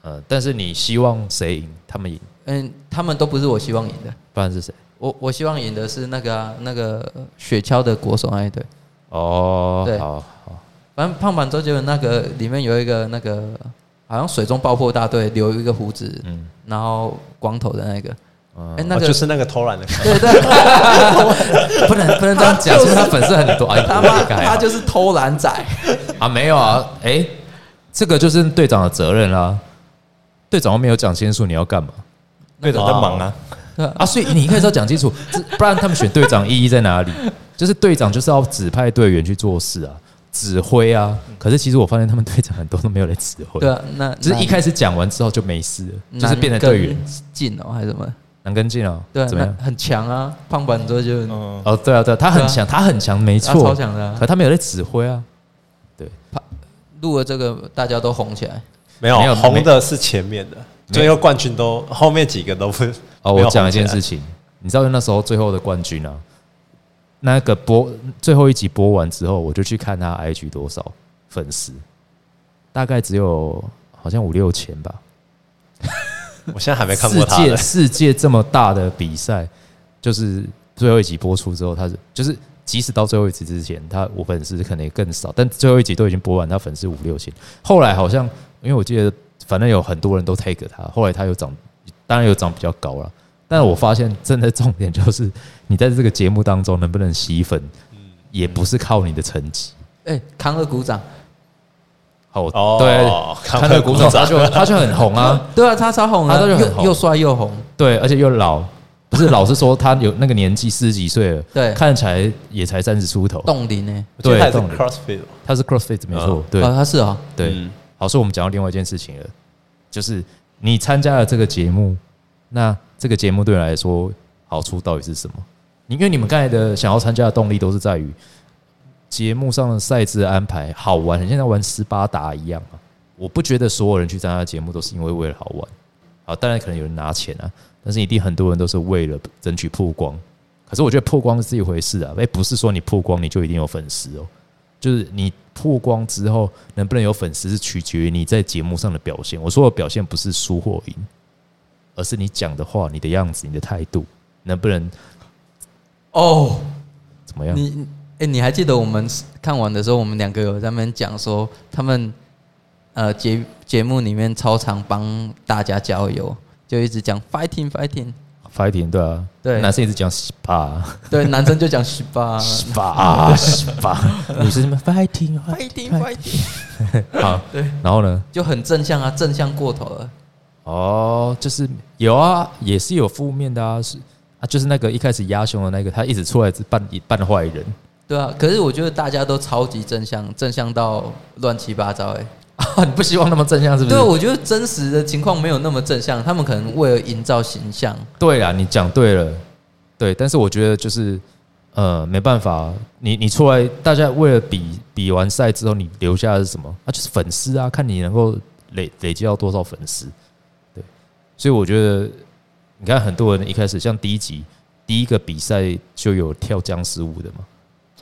Speaker 1: 呃，但是你希望谁赢？他们赢，
Speaker 2: 嗯，他们都不是我希望赢的。
Speaker 1: 不然是谁？
Speaker 2: 我我希望赢的是那个啊、那个雪橇的国手那一队，
Speaker 1: 哦，
Speaker 2: 对
Speaker 1: 好好，
Speaker 2: 反正胖版周杰伦那个里面有一个那个好像水中爆破大队留一个胡子，
Speaker 1: 嗯
Speaker 2: 然后光头的那个，哎、那
Speaker 4: 哦
Speaker 2: 个、
Speaker 4: 就是那个偷懒的，
Speaker 2: 对对，
Speaker 1: 不能不能这样讲，因为他粉丝很多，哎，
Speaker 2: 他
Speaker 1: 不
Speaker 2: 妈
Speaker 1: 应该啊
Speaker 2: 他就是偷懒仔，
Speaker 1: 啊，没有啊，哎，这个就是队长的责任啦。队长又没有讲清楚你要干嘛
Speaker 3: 队长在忙啊，
Speaker 2: 对啊
Speaker 1: 啊，所以你一开始要讲清楚，这不然他们选队长意义在哪里？就是队长就是要指派队员去做事啊，指挥啊。可是其实我发现他们队长很多都没有来指挥，
Speaker 2: 嗯对啊，那
Speaker 1: 只是一开始讲完之后就没事了，
Speaker 2: 那
Speaker 1: 就是变成队员
Speaker 2: 那更近哦，还是什么？
Speaker 1: 难跟进啊，
Speaker 2: 对啊，
Speaker 1: 怎么
Speaker 2: 那
Speaker 1: 样？
Speaker 2: 很强啊，胖版周杰伦
Speaker 3: 嗯，
Speaker 1: 哦，对啊，对啊，他很强，他很强，没
Speaker 2: 他
Speaker 1: 错
Speaker 2: 超，强的啊、
Speaker 1: 可他没有在指挥啊，
Speaker 2: 录了这个大家都红起来，
Speaker 4: 没有
Speaker 1: 没有
Speaker 4: 红的是前面的，最后冠军都后面几个都不。
Speaker 1: 哦，
Speaker 4: 没有
Speaker 1: 我讲
Speaker 4: 红
Speaker 1: 一
Speaker 4: 起来
Speaker 1: 件事情，你知道那时候最后的冠军啊，那个播最后一集播完之后，我就去看他 IG 多少粉丝，大概只有好像五六千吧。
Speaker 4: 我现在还没看
Speaker 1: 世
Speaker 4: 过他
Speaker 1: 界
Speaker 4: 的，
Speaker 1: 世界这么大的比赛，就是最后一集播出之后，他是就是即使到最后一集之前，他我粉丝可能也更少，但最后一集都已经播完，他粉丝五六千。后来好像因为我记得，反正有很多人都 take 他，后来他又涨，当然有涨比较高了。但我发现，真的重点就是你在这个节目当中能不能吸粉，
Speaker 4: 嗯
Speaker 1: 也不是靠你的成绩。
Speaker 2: 哎、康乐鼓掌，
Speaker 1: 好，
Speaker 4: 哦
Speaker 1: 对，
Speaker 4: 看
Speaker 1: 看那个鼓手，
Speaker 4: 鼓掌
Speaker 1: 他就他就很红啊，
Speaker 2: 对啊，他超红的、
Speaker 1: 他都是很红
Speaker 2: 又又帅又红，
Speaker 1: 对，而且又老，不是老实说，他有那个年纪四十几岁了，
Speaker 2: 对
Speaker 1: 看起来也才三十出头。
Speaker 2: 冻龄呢？
Speaker 4: 哦我觉得
Speaker 1: 对
Speaker 4: 他也是
Speaker 1: 动力
Speaker 4: CrossFit 嘛
Speaker 1: 他是 CrossFit 没错
Speaker 4: 嗯，
Speaker 1: 对
Speaker 2: 啊，他是啊，
Speaker 1: 对
Speaker 4: 嗯。
Speaker 1: 好，所以我们讲到另外一件事情了，就是你参加了这个节目，那这个节目对你来说好处到底是什么？你因为你们刚才的想要参加的动力都是在于节目上的赛制安排好玩，很像在玩斯巴达一样嘛。我不觉得所有人去参加节目都是因为为了好玩，好，当然可能有人拿钱啊，但是一定很多人都是为了争取曝光。可是我觉得曝光是一回事啊，哎、不是说你曝光你就一定有粉丝哦，就是你曝光之后能不能有粉丝，是取决于你在节目上的表现。我说的表现不是输或赢，而是你讲的话、你的样子、你的态度，能不能
Speaker 2: 哦，
Speaker 1: 怎么样？
Speaker 2: 你哎、你还记得我们看完的时候，我们两个有在那边讲说，他们呃节节目里面超常帮大家加油，就一直讲 fighting fighting，
Speaker 1: fighting 对啊，
Speaker 2: 对
Speaker 1: 男生一直讲洗吧
Speaker 2: 对，男生就讲十八啊
Speaker 1: 洗吧洗吧，女生什么 fighting
Speaker 2: fighting fighting，
Speaker 1: 好，
Speaker 2: 对，
Speaker 1: 然后呢？
Speaker 2: 就很正向啊，正向过头了，
Speaker 1: 哦，就是有啊，也是有负面的啊，是啊，就是那个一开始压胸的那个，他一直出来扮扮坏人，
Speaker 2: 对啊。可是我觉得大家都超级正向，正向到乱七八糟哎、
Speaker 1: 啊，你不希望那么正向是不是？
Speaker 2: 对，啊我觉得真实的情况没有那么正向，他们可能为了营造形象，
Speaker 1: 对啦，你讲对了，对，但是我觉得就是呃，没办法，你你出来，大家为了比比完赛之后，你留下的是什么？啊，就是粉丝啊，看你能够累累积到多少粉丝。对，所以我觉得你看很多人一开始像第一集第一个比赛就有跳僵尸舞的嘛，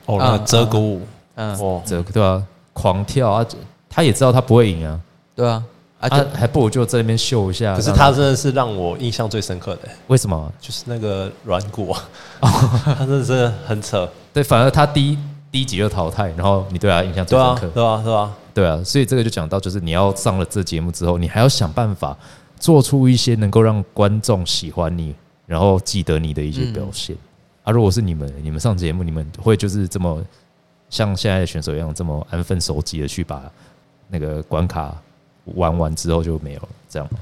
Speaker 4: 哦，那
Speaker 2: 啊
Speaker 4: 遮骨舞
Speaker 2: 嗯，
Speaker 3: 哦，
Speaker 1: 这个对啊，狂跳啊，他也知道他不会赢啊，
Speaker 2: 对啊，
Speaker 1: 啊
Speaker 2: 啊就
Speaker 1: 还不如就在那边秀一下。
Speaker 4: 可是
Speaker 1: 让
Speaker 4: 他真的是让我印象最深刻的，
Speaker 1: 为什么？
Speaker 4: 就是那个软骨啊，
Speaker 1: 哦
Speaker 4: 他真的是很扯，
Speaker 1: 对，反而他第一第一集就淘汰，然后你对他印象最
Speaker 4: 对
Speaker 1: 深
Speaker 4: 啊，
Speaker 1: 刻。
Speaker 4: 对啊，对啊，
Speaker 1: 对啊，所以这个就讲到，就是你要上了这节目之后，你还要想办法做出一些能够让观众喜欢你，然后记得你的一些表
Speaker 2: 嗯
Speaker 1: 现。啊，如果是你们，你们上节目，你们会就是这么像现在的选手一样，这么安分守己的去把那个关卡玩完之后就没有了，这样吗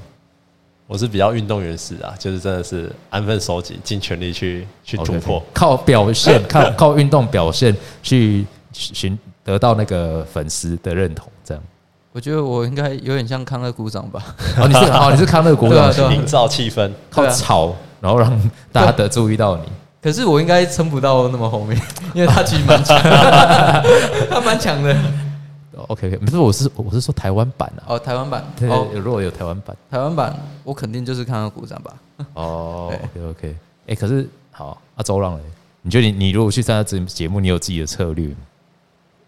Speaker 4: 我是比较运动员式啊，就是真的是安分守己，尽全力去去突
Speaker 1: OK，OK
Speaker 4: 破。
Speaker 1: 靠表现，靠 靠运动表现去寻得到那个粉丝的认同，这样。
Speaker 2: 我觉得我应该有点像康乐鼓掌吧，
Speaker 1: 哦，你是哦，你是康乐国
Speaker 2: 对啊
Speaker 1: 老
Speaker 2: 对啊
Speaker 4: 营造气氛，
Speaker 1: 靠
Speaker 2: 对啊
Speaker 1: 吵，然后让大家的注意到你。
Speaker 2: 可是我应该撑不到那么后面， 因为他其实蛮强， 他蛮强的。
Speaker 1: OK，不是，哦我是我是说台湾版啊。
Speaker 2: 哦，台湾版，
Speaker 1: 对，
Speaker 2: 哦，
Speaker 1: 如果有台湾版，
Speaker 2: 台湾版，我肯定就是看到鼓掌吧。
Speaker 1: 哦，OK OK，哎，可是好，啊，周浪嘞，你觉得你你如果去参加这节目，你有自己的策略吗？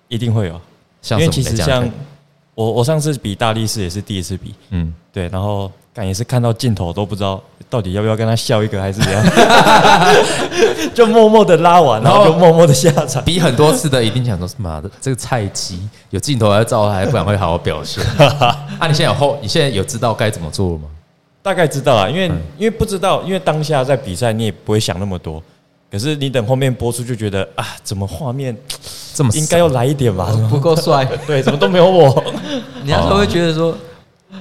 Speaker 3: 一定会有，因
Speaker 1: 像
Speaker 3: 为
Speaker 1: 什
Speaker 3: 其
Speaker 1: 么？
Speaker 3: 实
Speaker 1: 来讲讲
Speaker 3: 像
Speaker 1: 看
Speaker 3: 我我上次比大力士也是第一次比，
Speaker 1: 嗯，
Speaker 3: 对，然后感也是看到镜头都不知道到底要不要跟他笑一个还是怎样， 就默默的拉完，然后就默默的下场。
Speaker 1: 比很多次的一定想说，妈的，这个菜鸡有镜头还照他，还不敢会好好表 现。啊，你现在有后，你现在有知道该怎么做了吗？
Speaker 3: 大概知道了，
Speaker 1: 嗯
Speaker 3: 因为、因为不知道，因为当下在比赛你也不会想那么多，可是你等后面播出就觉得啊，怎么画面
Speaker 1: 这么哦
Speaker 3: 应该要来一点吧？怎么
Speaker 2: 不够帅，
Speaker 3: 哦 对，怎么都没有我？ 哦
Speaker 2: 你那时候会觉得说，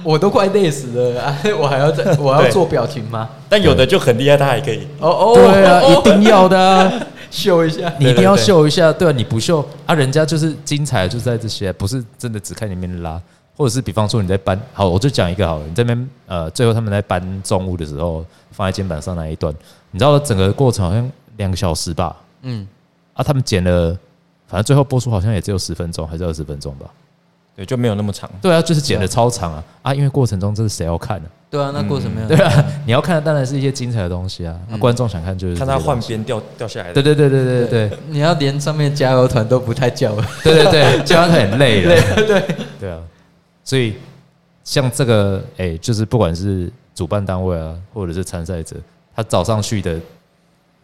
Speaker 2: 我都快累死了，啊， 我还要再，我要
Speaker 3: 对
Speaker 2: 做表情吗？
Speaker 3: 但有的就很厉害，他还可以。
Speaker 2: 哦哦，
Speaker 1: 对啊，
Speaker 2: 哦
Speaker 1: 一定要的啊。
Speaker 2: 秀一下。
Speaker 1: 你一定
Speaker 3: 对
Speaker 1: 要
Speaker 3: 对
Speaker 1: 秀一下，对啊，你不秀啊，人家就是精彩，就是在这些，不是真的只看你面拉，或者是比方说你在搬，好，我就讲一个好了，你这边呃，最后他们在搬重物的时候放在肩膀上那一段，你知道整个过程好像两个小时吧，
Speaker 2: 嗯，
Speaker 1: 啊，他们剪了，反正最后播出好像也只有十分钟还是二十分钟吧，
Speaker 3: 对，就没有那么长。
Speaker 1: 对啊，就是剪的超长啊，啊，因为过程中这是谁要看呢、
Speaker 2: 对啊，那过程没 有
Speaker 1: 对。啊，你要看的当然是一些精彩的东西啊，啊观众想看就是
Speaker 3: 嗯看他
Speaker 1: 这些东
Speaker 3: 换
Speaker 1: 西，
Speaker 3: 边掉掉下来
Speaker 1: 对对
Speaker 3: 的，
Speaker 1: 对对对对对。
Speaker 2: 你要连上面加油团都不太叫 了，
Speaker 1: 对对对，这样很累了。对对啊，所以像这个，哎、就是不管是主办单位啊，或者是参赛者，他找上去的，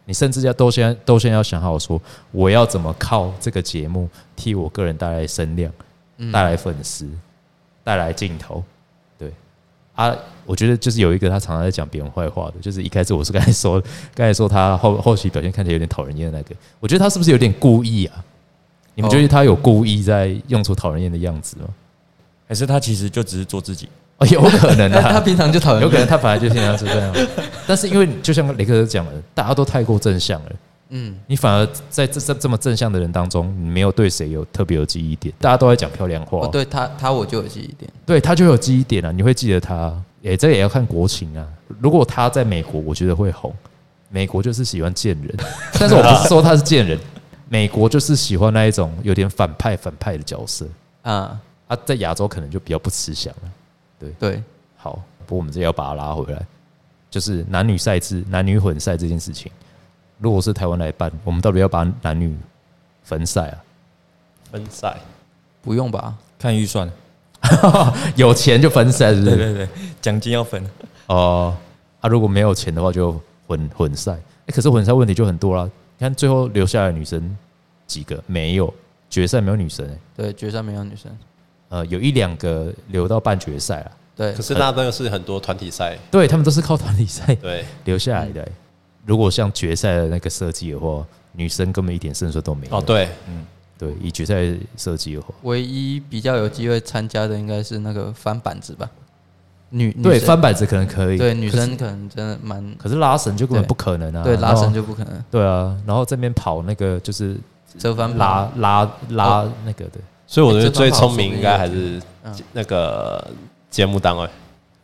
Speaker 1: 你甚至要都先都先要想好说，我要怎么靠这个节目替我个人带来声量，带来粉丝，带来镜头，对。啊，我觉得就是有一个他常常在讲别人坏话的，就是一开始我是刚才说，刚才说他后后期表现看起来有点讨人厌的那个，我觉得他是不是有点故意啊？你们觉得他有故意在用出讨人厌的样子吗？
Speaker 3: 还是他其实就只是做自己？
Speaker 1: 哦，有可能
Speaker 2: 但 他
Speaker 1: 啊，
Speaker 2: 平常就讨厌，
Speaker 1: 有可能他本来就平常是这样，但是因为就像雷克斯讲的，大家都太过正向了。
Speaker 2: 嗯，
Speaker 1: 你反而在这这这么正向的人当中，你没有对谁有特别有记忆点，大家都在讲漂亮话，
Speaker 2: 哦，对他他我就有记忆点，
Speaker 1: 对他就有记忆点啊了、你会记得他。诶、这也要看国情啊。如果他在美国，我觉得会红。美国就是喜欢贱人，但是我不是说他是贱人，美国就是喜欢那一种有点反派反派的角色。
Speaker 2: 啊，
Speaker 1: 他、在亚洲可能就比较不吃香了。
Speaker 2: 对，
Speaker 1: 好，不过我们这要把它拉回来，就是男女赛制、男女混赛这件事情，如果是台湾来办，我们到底要把男女分赛啊？
Speaker 4: 分赛
Speaker 2: 不用吧？
Speaker 3: 看预算，
Speaker 1: 有钱就分赛，是不
Speaker 3: 对
Speaker 1: 是？
Speaker 3: 对对，奖金要分，
Speaker 1: 哦、啊，如果没有钱的话就混混赛。哎、可是混赛问题就很多啦。你看最后留下来的女生几个？没有，决赛没有女生、欸，
Speaker 2: 对，决赛没有女生，
Speaker 1: 呃，有一两个留到半决赛啦。
Speaker 2: 对
Speaker 4: 可，是那那个是很多团体赛，
Speaker 1: 对他们都是靠团体赛
Speaker 4: 对，
Speaker 1: 留下来的欸、如果像决赛的那个设计的话，女生根本一点胜算都没有。
Speaker 4: 哦，对，
Speaker 1: 对，以决赛设计的话，
Speaker 2: 唯一比较有机会参加的应该是那个翻板子吧，女女
Speaker 1: 对
Speaker 2: 生
Speaker 1: 翻板子可能可以，
Speaker 2: 对女
Speaker 1: 可是
Speaker 2: 生可能真的蛮
Speaker 1: 可是拉绳就根本
Speaker 2: 对
Speaker 1: 不可能啊。
Speaker 2: 对拉
Speaker 1: 然
Speaker 2: 伸
Speaker 1: 后
Speaker 2: 就不可能
Speaker 1: 对啊，然后这边跑那个就是
Speaker 2: 折翻
Speaker 1: 拉
Speaker 2: 盘，
Speaker 1: 拉拉那个的，
Speaker 4: 所以我觉得
Speaker 2: 这段
Speaker 4: 最
Speaker 2: 话
Speaker 4: 聪明应该还
Speaker 2: 说不
Speaker 4: 是
Speaker 2: 嗯
Speaker 4: 那个节目单位，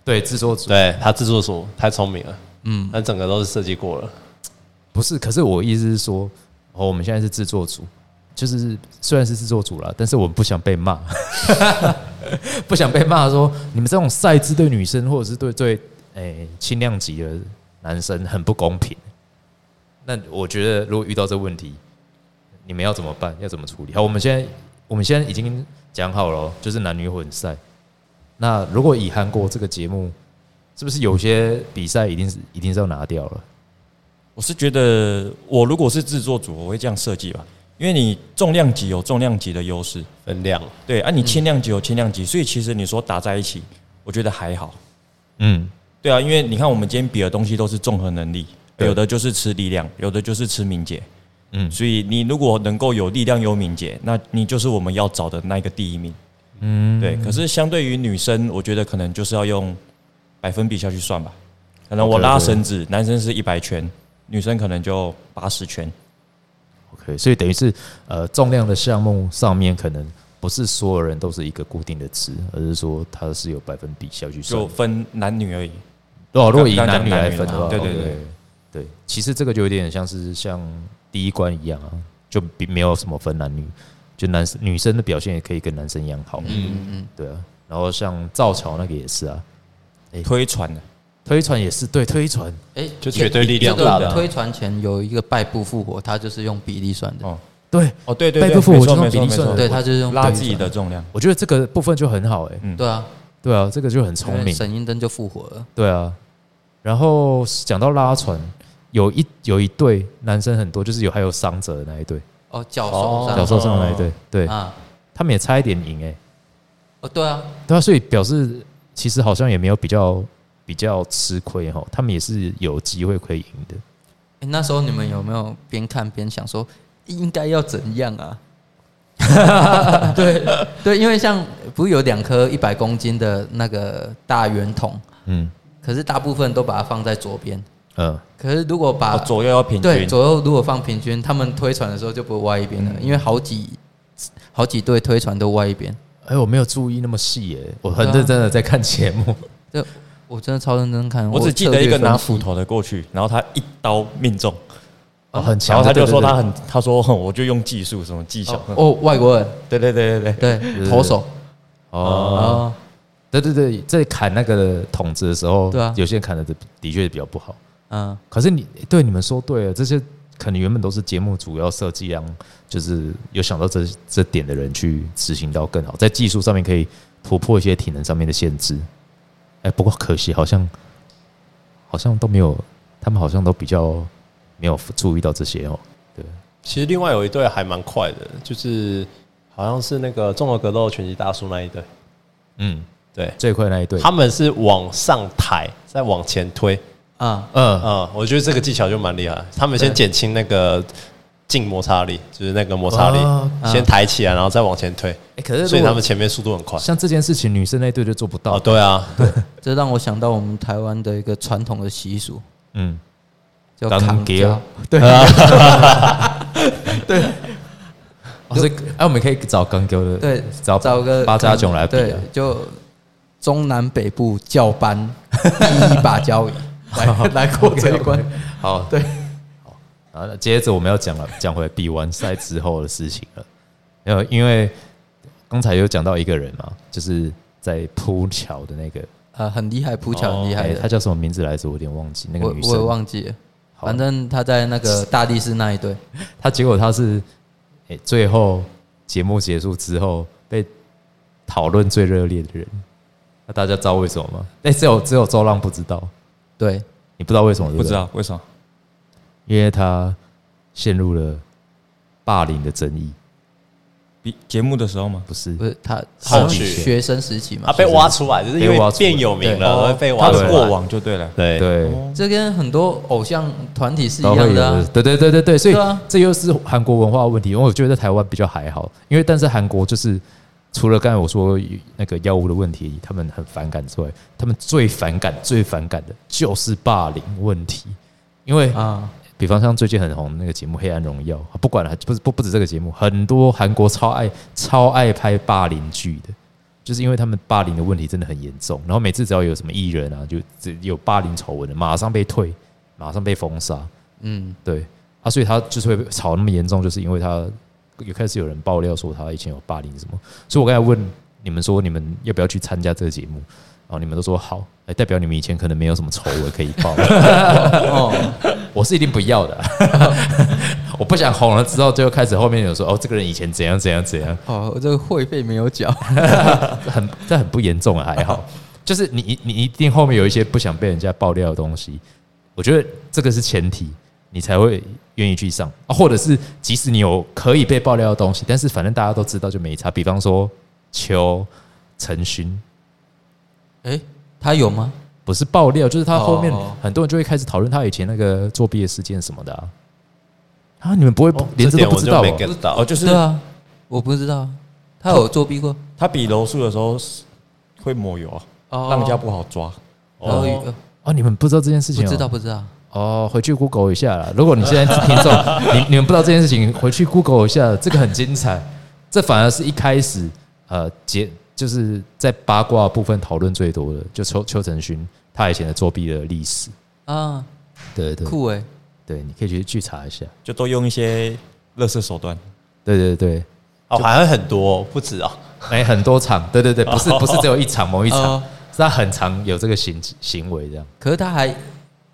Speaker 1: 对制作组
Speaker 4: 对他制作组太聪明了，
Speaker 2: 嗯，
Speaker 4: 那整个都是设计过了，
Speaker 1: 不是，可是我意思是说，哦，我们现在是制作组，就是虽然是制作组了，但是我们不想被骂， 不想被骂说你们这种赛制对女生或者是对对诶轻量级的男生很不公平。那我觉得如果遇到这问题，你们要怎么办？要怎么处理？好，我们现在我们现在已经讲好了哦，就是男女混赛。那如果以韩国这个节目，是不是有些比赛一定是一定是要拿掉了？
Speaker 3: 我是觉得，我如果是制作组，我会这样设计吧，因为你重量级有重量级的优势，
Speaker 4: 分量
Speaker 3: 对啊，你轻量级有轻量级，所以其实你说打在一起，我觉得还好。
Speaker 1: 嗯，
Speaker 3: 对啊，因为你看我们今天比的东西都是综合能力，
Speaker 1: 对
Speaker 3: 有的就是吃力量，有的就是吃敏捷。
Speaker 1: 嗯
Speaker 3: 嗯，所以你如果能够有力量有敏捷，那你就是我们要找的那一个第一名。嗯，对。可是相对于女生，我觉得可能就是要用百分比下去算吧。可能我
Speaker 1: OK，
Speaker 3: 拉
Speaker 1: OK
Speaker 3: 绳子，男生是一百圈，女生可能就八十圈。
Speaker 1: OK，所以等于是呃，重量的项目上面可能不是所有人都是一个固定的值，而是说它是有百分比下去算
Speaker 3: 就
Speaker 1: 的。
Speaker 3: 分男女而已。
Speaker 1: 哦，如果以
Speaker 3: 刚刚
Speaker 1: 男女
Speaker 3: 讲
Speaker 1: 来
Speaker 3: 男女
Speaker 1: 分的
Speaker 3: 嘛
Speaker 1: 话，
Speaker 3: 对对
Speaker 1: OK，
Speaker 3: 对
Speaker 1: 对，其实这个就有点像是像第一关一样啊，就比没有什么分男女，就男生女生的表现也可以跟男生一样好。
Speaker 2: 嗯嗯
Speaker 1: 对啊，然后像造桥那个也是啊，
Speaker 3: 推船的，
Speaker 1: 推船也是对推船，
Speaker 2: 嗯，哎，
Speaker 4: 就绝对力
Speaker 2: 这
Speaker 4: 量大
Speaker 2: 个
Speaker 4: 的
Speaker 2: 推船前有一个败部复活，他就是用比例算的，
Speaker 3: 哦
Speaker 1: 对
Speaker 3: 哦，对对
Speaker 1: 对
Speaker 3: 对，
Speaker 1: 背部
Speaker 3: 没
Speaker 1: 我
Speaker 3: 错
Speaker 1: 就用
Speaker 3: 没
Speaker 1: 比
Speaker 3: 错没
Speaker 1: 例算的
Speaker 3: 错，
Speaker 2: 对，他就是用
Speaker 3: 拉
Speaker 2: 比例
Speaker 3: 自己
Speaker 2: 算
Speaker 3: 的重量，
Speaker 1: 我觉得这个部分就很好哎、
Speaker 3: 嗯
Speaker 2: 对啊，
Speaker 1: 对啊，这个就很聪
Speaker 2: 因为
Speaker 1: 明。
Speaker 2: 沈英灯就复活了，
Speaker 1: 对啊，然后讲到拉船，有一有一对男生很多，就是有还有伤者的那一对，
Speaker 2: 哦，脚受
Speaker 3: 啊
Speaker 1: 脚受
Speaker 2: 伤
Speaker 1: 伤的那
Speaker 3: 哦
Speaker 1: 一对，对、
Speaker 2: 啊，
Speaker 1: 他们也差一点赢哎、
Speaker 2: 哦，对啊，
Speaker 1: 对啊，所以表示其实好像也没有比较比较吃亏哈，他们也是有机会可以赢的。
Speaker 2: 诶那时候你们有没有边看边想说应该要怎样啊？ 对对，因为像不是有两颗一百公斤的那个大圆筒，
Speaker 1: 嗯
Speaker 2: 可是大部分都把它放在左边。
Speaker 1: 嗯，
Speaker 2: 可是如果把、
Speaker 3: 哦左右要平
Speaker 2: 对
Speaker 3: 均，
Speaker 2: 左右如果放平均，他们推船的时候就不会歪一边了，因为好几好几队推船都歪一边。
Speaker 1: 哎，我没有注意那么细耶、我很
Speaker 2: 对啊
Speaker 1: 认真的在看节目。
Speaker 2: 这我真的超认真看，
Speaker 3: 我只记
Speaker 2: 策
Speaker 3: 得
Speaker 2: 略
Speaker 3: 一个拿
Speaker 2: 分析
Speaker 3: 斧，头的过去，然后他一刀命中，
Speaker 1: 哦，很
Speaker 3: 啊然
Speaker 1: 强
Speaker 3: 后
Speaker 1: 的，
Speaker 3: 他就
Speaker 1: 对
Speaker 3: 说
Speaker 1: 对
Speaker 3: 他
Speaker 1: 对
Speaker 3: 很，他说哼我就用技术什么技巧
Speaker 2: 哦，哦，外国人
Speaker 3: 对对对对对，
Speaker 2: 对投手
Speaker 3: 啊
Speaker 1: 哦，
Speaker 2: 哦，
Speaker 1: 对对对，在砍那个筒子的时候，
Speaker 2: 对啊
Speaker 1: 有些人砍的的确比较不好。
Speaker 2: 嗯，
Speaker 1: 可是你对你们说对了，这些可能原本都是节目主要设计让就是有想到这这点的人去执行到更好，在技术上面可以突破一些体能上面的限制。哎、不过可惜好像好像都没有，他们好像都比较没有注意到这些哦。
Speaker 4: 其实另外有一队还蛮快的，就是好像是那个综合格斗拳击大叔那一队，
Speaker 1: 嗯，
Speaker 4: 对，
Speaker 1: 最快那一队，
Speaker 4: 他们是往上抬，再往前推，
Speaker 2: 啊，
Speaker 1: 嗯，
Speaker 4: 呃嗯，我觉得这个技巧就蛮厉害。他们先
Speaker 2: 对
Speaker 4: 减轻那个近摩擦力，就是那个摩擦力、
Speaker 1: 哦
Speaker 4: 先抬起来，然后再往前推，
Speaker 1: 哎可是如
Speaker 4: 所以
Speaker 1: 果
Speaker 4: 他们前面速度很快。
Speaker 1: 像这件事情，女生那队就做不到
Speaker 4: 哦，。对啊，
Speaker 2: 这让我想到我们台湾的一个传统的习俗，
Speaker 1: 嗯，
Speaker 2: 叫
Speaker 1: 当
Speaker 2: 扛
Speaker 1: 给
Speaker 2: 胶
Speaker 1: 哦。对，对。哦，这个哎，我们可以找钢球的，
Speaker 2: 对，
Speaker 1: 找
Speaker 2: 找个
Speaker 1: 八加囧来比啊
Speaker 2: 对，就中南北部教班第一把交椅 来来过这一关。
Speaker 1: 好，
Speaker 2: 对，
Speaker 1: 啊，那接着我们要讲了，讲回比完赛之后的事情了。然后因为刚才有讲到一个人嘛，就是在铺桥的那个，
Speaker 2: 呃，很厉害，扑桥很厉害
Speaker 1: 哎，
Speaker 2: 的，
Speaker 1: 他叫什么名字来着？我有点忘记。那个
Speaker 2: 我
Speaker 1: 女
Speaker 2: 我也
Speaker 1: 生，
Speaker 2: 忘记了，
Speaker 1: 好
Speaker 2: 反正他在那个大力士那一队，
Speaker 1: 她结果她是，哎，最后节目结束之后被讨论最热烈的人。那大家知道为什么吗？哎，只有只有周浪不知道，
Speaker 2: 对，
Speaker 1: 你不知道为什么？对
Speaker 3: 不
Speaker 1: 对
Speaker 3: 知，道为啥？
Speaker 1: 因为他陷入了霸凌的争议，
Speaker 3: 比节目的时候吗？
Speaker 1: 不是
Speaker 2: 不是他好
Speaker 4: 后
Speaker 2: 像
Speaker 4: 续
Speaker 2: 学生时期
Speaker 4: 啊，
Speaker 2: 嘛，
Speaker 4: 被挖出来，就是因
Speaker 1: 被挖
Speaker 4: 为
Speaker 1: 出来
Speaker 4: 变有名了，会被挖出
Speaker 3: 他的
Speaker 4: 来。
Speaker 3: 过往就对了。
Speaker 4: 对
Speaker 1: 对。
Speaker 2: 这跟很多偶像团体是一
Speaker 1: 都会
Speaker 2: 样
Speaker 1: 有
Speaker 2: 的啊，
Speaker 1: 对对对对对，所以
Speaker 2: 对啊
Speaker 1: 这又是韩国文化的问题。因为我觉得在台湾比较还好，因为但是韩国就是除了刚才我说那个药物的问题，他们很反感之外，他们最反感、最反感的就是霸凌问题。因为
Speaker 2: 啊，
Speaker 1: 比方像最近很红的那个节目《黑暗荣耀》，不管了，不是不不止这个节目，很多韩国超爱超爱拍霸凌剧的，就是因为他们霸凌的问题真的很严重，然后每次只要有什么艺人啊，就只有霸凌丑闻的，马上被退，马上被封杀。
Speaker 2: 嗯，
Speaker 1: 对啊，所以他就是会被吵那么严重，就是因为他有开始有人爆料说他以前有霸凌什么，所以我刚才问你们说你们要不要去参加这个节目，然后你们都说好，哎、代表你们以前可能没有什么丑闻可以爆，
Speaker 2: 哦，
Speaker 1: 我是一定不要的啊、 我不想红了之后就开始后面有说哦，这个人以前怎样怎样怎样，
Speaker 2: 哦，我这个会费没有缴，
Speaker 1: 这很这很不严重啊，还好， 就是你你你一定后面有一些不想被人家爆料的东西，我觉得这个是前提，你才会愿意去上啊，或者是即使你有可以被爆料的东西，但是反正大家都知道就没差，比方说邱陈勋。
Speaker 2: 哎，他有吗？
Speaker 1: 不是爆料，就是他后面
Speaker 2: 哦
Speaker 1: 很多人就会开始讨论他以前那个作弊的事件什么的啊。啊，你们不会
Speaker 4: 哦
Speaker 1: 连
Speaker 4: 这
Speaker 1: 都
Speaker 4: 点
Speaker 1: 不
Speaker 4: 我
Speaker 1: 知
Speaker 4: 就
Speaker 1: 道、
Speaker 4: 没
Speaker 1: 哦？
Speaker 4: get 到
Speaker 3: 哦，，就是
Speaker 2: 对啊，我不知道啊，他有作弊过，
Speaker 3: 他比柔术的时候是会抹油啊，
Speaker 2: 哦
Speaker 3: 让人家不好抓。
Speaker 2: 然后
Speaker 4: 哦
Speaker 1: 哦，你们不知道这件事
Speaker 2: 呃不
Speaker 1: 情、哦？
Speaker 2: 知道不知道，
Speaker 1: 哦，回去 Google 一下啦。如果你现在是 听众，你你们不知道这件事情，回去 Google 一下，这个很精彩。这反而是一开始呃结就是在八卦部分讨论最多的，就邱邱成勋他以前的作弊的历史。
Speaker 2: 啊，
Speaker 1: 对对
Speaker 2: 酷哎、
Speaker 1: 对，你可以去去查一下。
Speaker 3: 就都用一些乐色手段。
Speaker 1: 对对对，
Speaker 4: 哦，好像很多不止哦，
Speaker 1: 哎、很多场，对对对，不是不是只有一场某一场，
Speaker 2: 哦
Speaker 1: 是他很常有这个行行为这样，
Speaker 2: 可是他还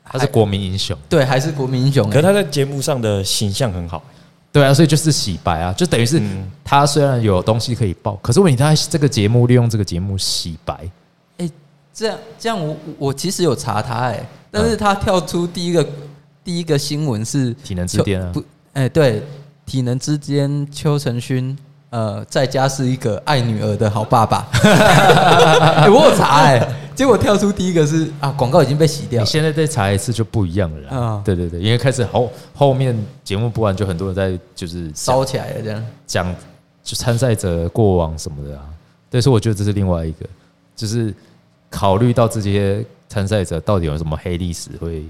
Speaker 1: 他是国民英雄，
Speaker 2: 对，还是国民英雄、
Speaker 3: 可
Speaker 2: 欸
Speaker 3: 是。他在节目上的形象很好，
Speaker 1: 对啊，所以就是洗白啊，就等于是他虽然有东西可以爆，可是问题他这个节目利用这个节目洗白，
Speaker 2: 哎、这样这样我，我我其实有查他哎、但是他跳出第一个、第一个新闻是
Speaker 1: 体能之巅啊
Speaker 2: 邱不哎、对，体能之巅邱成勋。呃，在家是一个爱女儿的好爸爸。 哎我有查哎、结果跳出第一个是啊，广告已经被洗掉
Speaker 1: 你
Speaker 2: 了。
Speaker 1: 现在再查一次就不一样了啦。
Speaker 2: 啊
Speaker 1: 对对对，因为开始后后面节目播完，就很多人在就是讲
Speaker 2: 烧起来了这样。
Speaker 1: 讲就参赛者过往什么的啊。对，所以我觉得这是另外一个，就是考虑到这些参赛者到底有什么黑历史会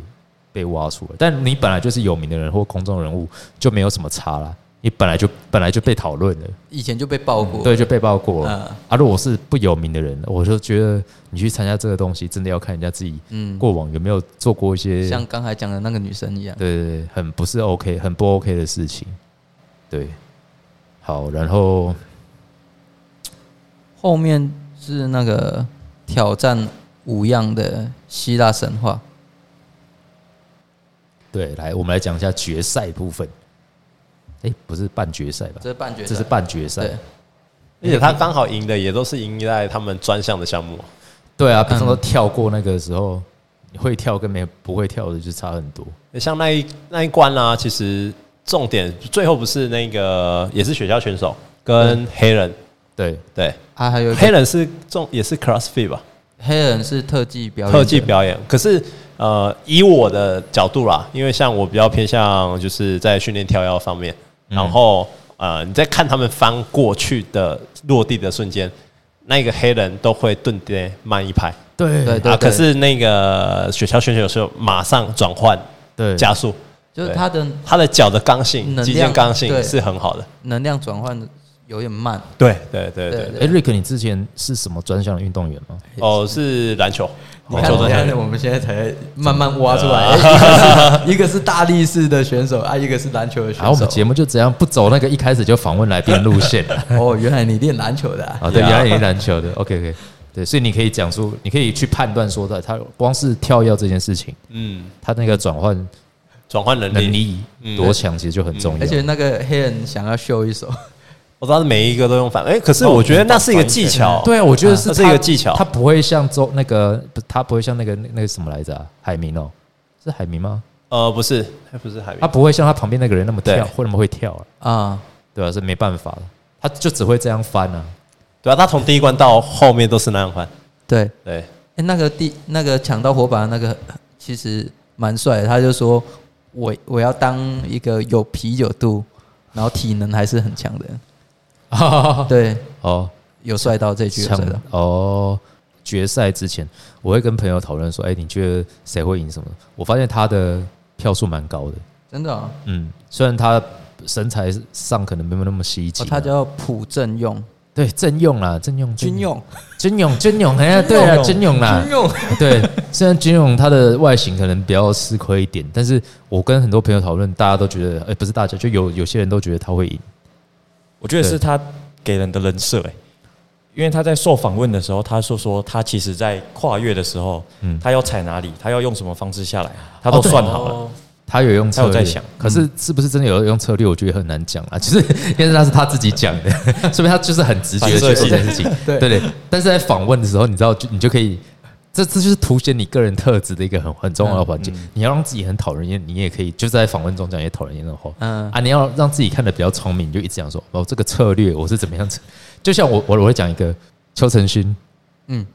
Speaker 1: 被挖出来。但你本来就是有名的人或公众人物，就没有什么差啦。你本来就本来就被讨论了，
Speaker 2: 以前就被爆过，
Speaker 1: 嗯对，就被爆过了。
Speaker 2: 嗯
Speaker 1: 啊，如果是不有名的人，我就觉得你去参加这个东西，真的要看人家自己
Speaker 2: 嗯
Speaker 1: 过往有没有做过一些
Speaker 2: 像刚才讲的那个女生一样。
Speaker 1: 对对对，很不是 OK，很不 OK 的事情。对，好，然后
Speaker 2: 后面是那个挑战五样的希腊神话，
Speaker 1: 对，来，我们来讲一下决赛部分。哎、不是半决赛吧？
Speaker 2: 这是半决赛，
Speaker 1: 这是半决赛
Speaker 2: 对。
Speaker 4: 而且他刚好赢的也都是赢在他们专项的项目。
Speaker 1: 对啊，比方说
Speaker 2: 嗯
Speaker 1: 跳过那个时候，你会跳跟没不会跳的就差很多。
Speaker 4: 像那一那一关啦、其实重点最后不是那个也是雪橇选手跟黑人，
Speaker 1: 嗯对，
Speaker 4: 对，
Speaker 2: 啊，还有一个
Speaker 4: 黑人是重也是 CrossFit 吧，
Speaker 2: 黑人是特技表演者，
Speaker 4: 特技表演。可是呃，以我的角度啦，因为像我比较偏向就是在训练跳跃方面，
Speaker 2: 嗯
Speaker 4: 然后呃，你在看他们翻过去的落地的瞬间，那个黑人都会顿跌慢一拍，
Speaker 1: 对
Speaker 2: 对
Speaker 4: 啊，可是那个雪橇选手是马上转换
Speaker 1: 对
Speaker 4: 加速，
Speaker 2: 就是
Speaker 4: 对
Speaker 2: 他的
Speaker 4: 他的脚的刚性、
Speaker 2: 能
Speaker 4: 肌
Speaker 2: 量
Speaker 4: 腱刚
Speaker 2: 对
Speaker 4: 性是很好的。
Speaker 2: 能量转换有点慢，
Speaker 4: 对对对
Speaker 2: 对
Speaker 4: 对
Speaker 2: 对
Speaker 1: 哎，Rick，你之前是什么专项的运动员吗？
Speaker 4: 哦，是篮球，
Speaker 2: 你
Speaker 4: 篮
Speaker 2: 看，
Speaker 4: 球
Speaker 2: 我
Speaker 4: 专
Speaker 2: 看
Speaker 4: 项。
Speaker 2: 我们现在才慢慢挖出来， 哎一个是一个是大力士的选手啊，一个是篮球的选
Speaker 1: 然啊后我们
Speaker 2: 手。
Speaker 1: 节目就这样不走那个一开始就访问来宾路 线了
Speaker 2: 哦，原来你练篮球的、啊，
Speaker 1: 啊，对，
Speaker 4: Yeah
Speaker 1: 原来你是篮球的，OK OK，对，所以你可以讲出，你可以去判断说，他他光是跳跃这件事情，
Speaker 4: 嗯，
Speaker 1: 他那个转换
Speaker 4: 转换能
Speaker 1: 能
Speaker 4: 力，
Speaker 1: 力多强，其实就很重
Speaker 4: 嗯
Speaker 1: 要
Speaker 2: 而。且那个黑人想要秀一手，
Speaker 4: 我知道每一个都用反，哎，可是
Speaker 2: 哦
Speaker 4: 我觉得那是一个技巧，
Speaker 1: 对啊，我觉得是
Speaker 4: 哦它是一个技巧
Speaker 1: 他不会像周那个，不他不会像那个那个什么来着啊，海明哦，是海明吗？
Speaker 4: 呃，不是，不是海
Speaker 1: 他
Speaker 4: 绵，
Speaker 1: 不会像他旁边那个人那么
Speaker 4: 对
Speaker 1: 跳，会那么会跳啊，
Speaker 2: 啊，
Speaker 1: 对啊，是没办法的，他就只会这样翻啊。
Speaker 4: 对啊，他从第一关到后面都是那样翻，
Speaker 2: 对，
Speaker 4: 对，
Speaker 2: 哎、那个第那个抢到火把那个其实蛮帅的，他就说我我要当一个有啤酒肚，然后体能还是很强的人， 对，
Speaker 1: 哦，
Speaker 2: 有帅到这句有
Speaker 1: 抢
Speaker 2: 帅到，
Speaker 1: 哦，决赛之前我会跟朋友讨论说，哎、你觉得谁会赢什么？我发现他的票数蛮高的，
Speaker 2: 真的哦、
Speaker 1: 嗯，虽然他身材上可能没有那么吸
Speaker 2: 哦
Speaker 1: 睛啊、
Speaker 2: 他叫朴正用，
Speaker 1: 对郑用啦，郑用
Speaker 2: 军用，
Speaker 1: 郑用郑用，哎呀，对啊，郑用啦
Speaker 2: 军，用，
Speaker 1: 对，虽然军勇他的外形可能比较吃亏一点，但是我跟很多朋友讨论，大家都觉得，哎、不是大家，就有有些人都觉得他会赢。
Speaker 3: 我觉得
Speaker 1: 对
Speaker 3: 是他给人的人设哎、因为他在受访问的时候，他说说他其实在跨越的时候，
Speaker 1: 嗯哦
Speaker 3: 他要踩哪里，他要用什么方式下来，他都算好了。
Speaker 1: 他有用策略，
Speaker 3: 他有在想
Speaker 1: 可是是不是真的有用策略，我觉得很难讲啊。 就是因为那是他自己讲的， 说明他就是很直觉的去做这件事情。
Speaker 2: 对
Speaker 1: 对对，但是在访问的时候，你知道，就你就可以，这这就是凸显你个人特质的一个很很重要的环节。你要让自己很讨人厌，你也可以就在访问中讲一些讨人厌的话。
Speaker 2: 嗯
Speaker 1: 啊，你要让自己看得比较聪明，你就一直讲说哦，这个策略我是怎么样子。就像我我我会讲一个邱成勋，
Speaker 2: 嗯，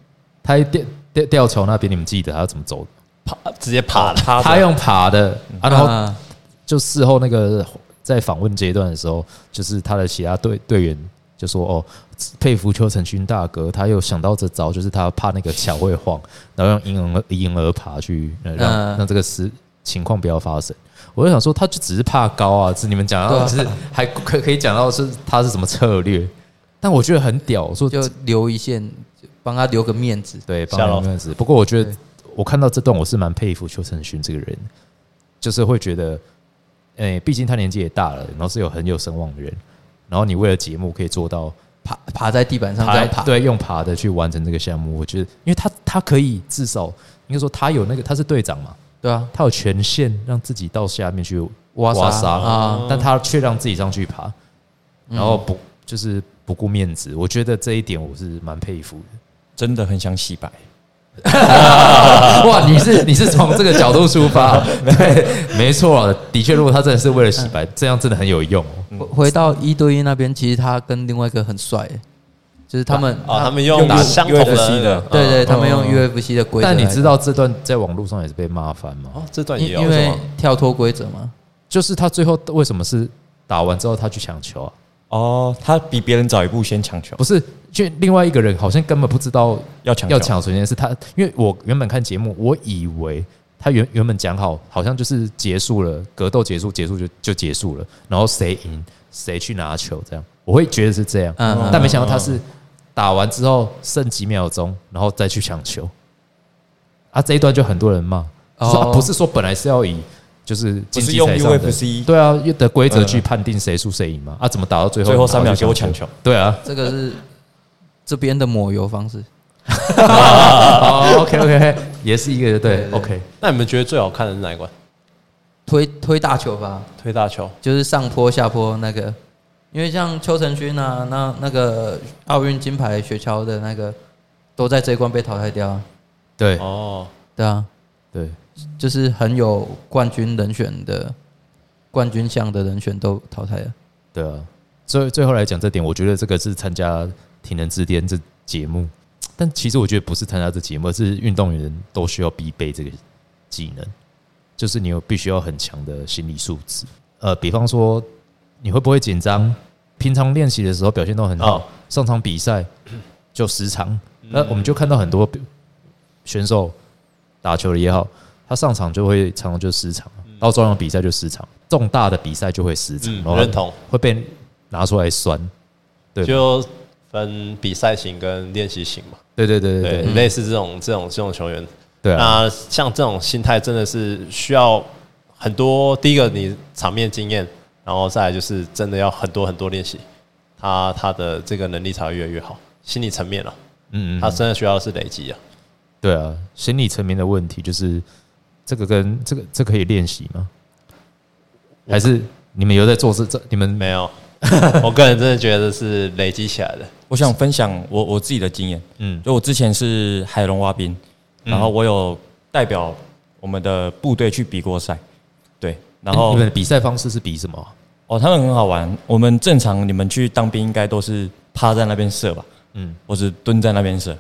Speaker 1: 他吊吊吊球那边，你们记得他要怎么走？
Speaker 4: 爬直接爬了，
Speaker 3: 他
Speaker 1: 他用爬的啊，然后
Speaker 2: 啊
Speaker 1: 就事后那个在访问阶段的时候，就是他的其他队队员就说：“哦，佩服邱成勋大哥，他又想到这招，就是他怕那个桥会晃，然后用婴儿婴儿爬去呃让、
Speaker 2: 嗯
Speaker 1: 让这个事情况不要发生。”我就想说，他就只是怕高啊，是你们讲
Speaker 2: 对啊
Speaker 1: 到，就是还可可以讲到是他是什么策略，但我觉得很屌，我说
Speaker 2: 就留一线，就帮他留个面子。
Speaker 1: 对，帮
Speaker 4: 下
Speaker 1: 他
Speaker 4: 楼
Speaker 1: 们子。不过我觉得
Speaker 2: 对
Speaker 1: 我看到这段，我是蛮佩服邱成勋这个人，就是会觉得，诶、毕竟他年纪也大了，然后是有很有声望的人，然后你为了节目可以做到
Speaker 2: 爬爬在地板上这样爬，
Speaker 1: 对，用爬的去完成这个项目，我觉得，因为他他可以至少应该说他有那个他是队长嘛，
Speaker 2: 对啊，
Speaker 1: 他有权限让自己到下面去
Speaker 2: 挖沙
Speaker 1: 沙
Speaker 2: 啊嗯
Speaker 1: 但他却让自己上去爬，然后不、就是不顾面子，我觉得这一点我是蛮佩服的。
Speaker 3: 真的很想洗白，
Speaker 1: 哇，你是你是从这个角度出发，对，没错，啊的确，如果他真的是为了洗白，这样真的很有用哦。
Speaker 2: 回回到一对一那边，其实他跟另外一个很帅，就是他们，
Speaker 1: 啊
Speaker 4: 哦，他们用
Speaker 3: 打
Speaker 4: 相同
Speaker 3: UFC 的
Speaker 4: 的，
Speaker 2: 对对，
Speaker 4: 嗯
Speaker 2: 他们用 UFC 的规则
Speaker 1: 哦
Speaker 2: 来
Speaker 1: 但
Speaker 2: 打。
Speaker 1: 你知道这段在网络上也是被骂翻吗？
Speaker 4: 哦，这段
Speaker 2: 因
Speaker 4: 也有
Speaker 2: 因
Speaker 4: 是
Speaker 2: 为
Speaker 3: 啊
Speaker 4: 吗
Speaker 2: 跳脱规则嘛，
Speaker 1: 就是他最后为什么是打完之后他去抢球啊？
Speaker 3: 哦，他比别人早一步先抢球
Speaker 1: 不，是，就另外一个人好像根本不知道
Speaker 3: 要
Speaker 1: 哦
Speaker 3: 抢
Speaker 1: 要
Speaker 3: 球，
Speaker 1: 抢首先是他，因为我原本看节目，我以为他原原本讲好，好像就是结束了格斗结束，结束就就结束了，然后谁赢谁去拿球这样，我会觉得是这样，
Speaker 2: 嗯嗯
Speaker 1: 但没想到他是打完之后剩几秒钟，然后再去抢球，啊，这一段就很多人骂，就说、
Speaker 2: 哦
Speaker 1: 啊不是说本来是要以就是
Speaker 3: 不
Speaker 1: 竞
Speaker 3: 是
Speaker 1: 技
Speaker 3: 用
Speaker 1: 赛上的
Speaker 3: UFC
Speaker 1: 对啊的规则去判定谁输谁赢嘛，啊，怎么打到最后
Speaker 3: 最后三秒给
Speaker 1: 然后
Speaker 3: 我抢
Speaker 1: 就
Speaker 3: 球，
Speaker 1: 对啊，
Speaker 2: 这个是这边的抹油方式。
Speaker 1: 哦，OK OK，也是一个对 OK。
Speaker 4: 那你们觉得最好看的是哪一关？
Speaker 2: 推推大球吧，
Speaker 4: 推大球，
Speaker 2: 就是上坡下坡那个，因为像邱成勋啊，那那个奥运金牌雪橇的那个，都在这一关被淘汰掉啊，
Speaker 1: 对
Speaker 4: 哦，
Speaker 2: 对啊，
Speaker 1: 对，
Speaker 2: 就是很有冠军人选的冠军项的人选都淘汰了。
Speaker 1: 对啊，最最后来讲这点，我觉得这个是参加体能之巅这节目，但其实我觉得不是参加这节目，而是运动员都需要必备这个技能，就是你有必须要很强的心理素质。呃，比方说你会不会紧张？平常练习的时候表现都很好，
Speaker 4: 哦嗯
Speaker 1: 上场比 赛就时长，那我们就看到很多选手打球的也好，他上场就会常常就失常，到专场比赛就失常，重大的比赛就会失常，
Speaker 4: 嗯
Speaker 1: 然后
Speaker 4: 认同
Speaker 1: 会被拿出来酸。对
Speaker 4: 就分比赛型跟练习型嘛，
Speaker 1: 对对对对嗯
Speaker 4: 对
Speaker 1: 对，
Speaker 4: 类似这种这种这种球员，
Speaker 1: 对啊，
Speaker 4: 那像这种心态真的是需要很多。第一个，你场面经验，然后再来就是真的要很多很多练习，他他的这个能力才会越来越好。心理层面了、
Speaker 1: 嗯嗯，
Speaker 4: 他真的需要是累积啊。
Speaker 1: 对啊，心理层面的问题就是这个跟这个这可以练习吗？还是你们有在做这这？你们
Speaker 4: 没有，我个人真的觉得是累积起来的。
Speaker 3: 我想分享我我自己的经验，
Speaker 1: 嗯
Speaker 3: 就我之前是海龙蛙兵，然后我有代表我们的部队去比过赛，对，然后
Speaker 1: 你们的比赛方式是比什么啊？
Speaker 3: 哦，他们很好玩。我们正常你们去当兵应该都是趴在那边射吧，
Speaker 1: 嗯，
Speaker 3: 或是蹲在那边射。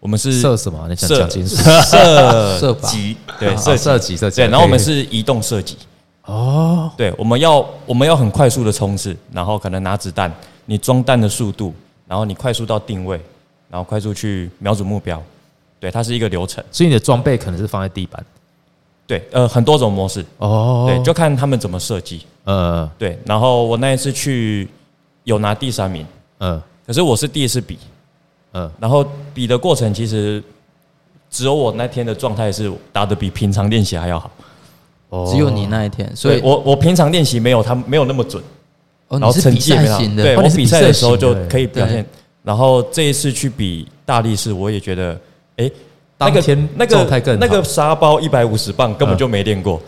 Speaker 3: 我们是
Speaker 1: 射什么啊？你想
Speaker 3: 射
Speaker 1: 讲清楚。
Speaker 3: 射
Speaker 2: 射吧
Speaker 3: 击，对
Speaker 1: 射射
Speaker 3: 射射
Speaker 1: 击射击，
Speaker 3: 对，然后我们
Speaker 1: 可以
Speaker 3: 是移动射击，
Speaker 1: 哦，
Speaker 3: 对，我们要我们要很快速的冲刺，然后可能拿子弹，你装弹的速度，然后你快速到定位，然后快速去瞄准目标，对，它是一个流程。
Speaker 1: 所以你的装备可能是放在地板
Speaker 3: 对，呃，很多种模式，
Speaker 1: 哦，
Speaker 3: 对，就看他们怎么设计。
Speaker 1: 呃
Speaker 3: 对，然后我那一次去有拿第三名，
Speaker 1: 呃
Speaker 3: 可是我是第一次比，
Speaker 1: 呃，
Speaker 3: 然后比的过程其实只有我那天的状态是打得比平常练习还要好，
Speaker 1: 哦
Speaker 2: 只有你那一天，所
Speaker 3: 所以
Speaker 2: 以
Speaker 3: 我我平常练习没有他没有那么准，
Speaker 2: 哦，
Speaker 3: 然
Speaker 2: 你
Speaker 3: 后
Speaker 2: 是
Speaker 3: 成
Speaker 2: 比
Speaker 3: 绩也
Speaker 2: 赛
Speaker 3: 没有
Speaker 2: 型的，
Speaker 3: 对
Speaker 1: 哦
Speaker 3: 我
Speaker 1: 你是
Speaker 3: 比赛的时候
Speaker 1: 比赛型
Speaker 3: 就
Speaker 1: 的
Speaker 3: 可以表现
Speaker 2: 对。
Speaker 3: 然后这一次去比大力士，我也觉得，哎、那
Speaker 1: 当天
Speaker 3: 个那
Speaker 1: 状态
Speaker 3: 个
Speaker 1: 更好
Speaker 3: 那个沙包一百五十磅根本就没练过，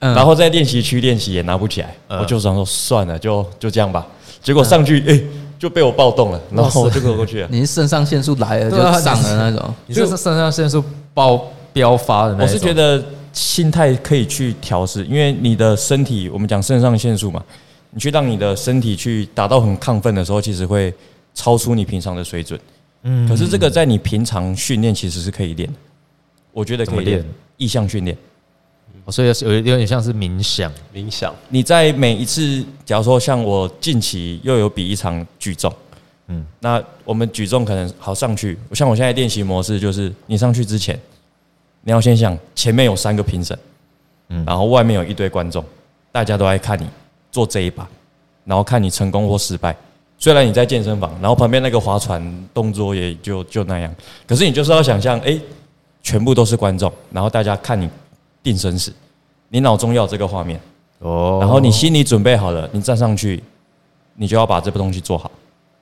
Speaker 2: 嗯
Speaker 3: 然后在练习区练习也拿不起来，
Speaker 1: 嗯
Speaker 3: 我就想说算了，就就这样吧。结果上去，哎、就被我暴动了，然后我就过去了。
Speaker 2: 你是肾上腺素来了就
Speaker 1: 对啊
Speaker 2: 上了那种，
Speaker 1: 你这个肾上腺素爆飙发的那
Speaker 3: 我
Speaker 1: 一种，
Speaker 3: 是觉得心态可以去调试，因为你的身体，我们讲肾上腺素嘛，你去让你的身体去达到很亢奋的时候，其实会超出你平常的水准。嗯，可是这个在你平常训练其实是可以练的，我觉得可以
Speaker 1: 怎么
Speaker 3: 练
Speaker 1: 练
Speaker 3: 意向训练。
Speaker 1: 哦，所以有有有点像是冥想，
Speaker 4: 冥想，
Speaker 3: 你在每一次，假如说像我近期又有比一场举重，
Speaker 1: 嗯
Speaker 3: 嗯，那我们举重可能好上去，像我现在练习模式就是，你上去之前，你要先想前面有三个评审，
Speaker 1: 嗯
Speaker 3: 嗯，然后外面有一堆观众，大家都爱看你做这一把，然后看你成功或失败。虽然你在健身房，然后旁边那个划船动作也就就那样，可是你就是要想象，哎、全部都是观众，然后大家看你定生死，你脑中要有这个画面。
Speaker 1: 哦，
Speaker 3: 然后你心里准备好了，你站上去，你就要把这个东西做好。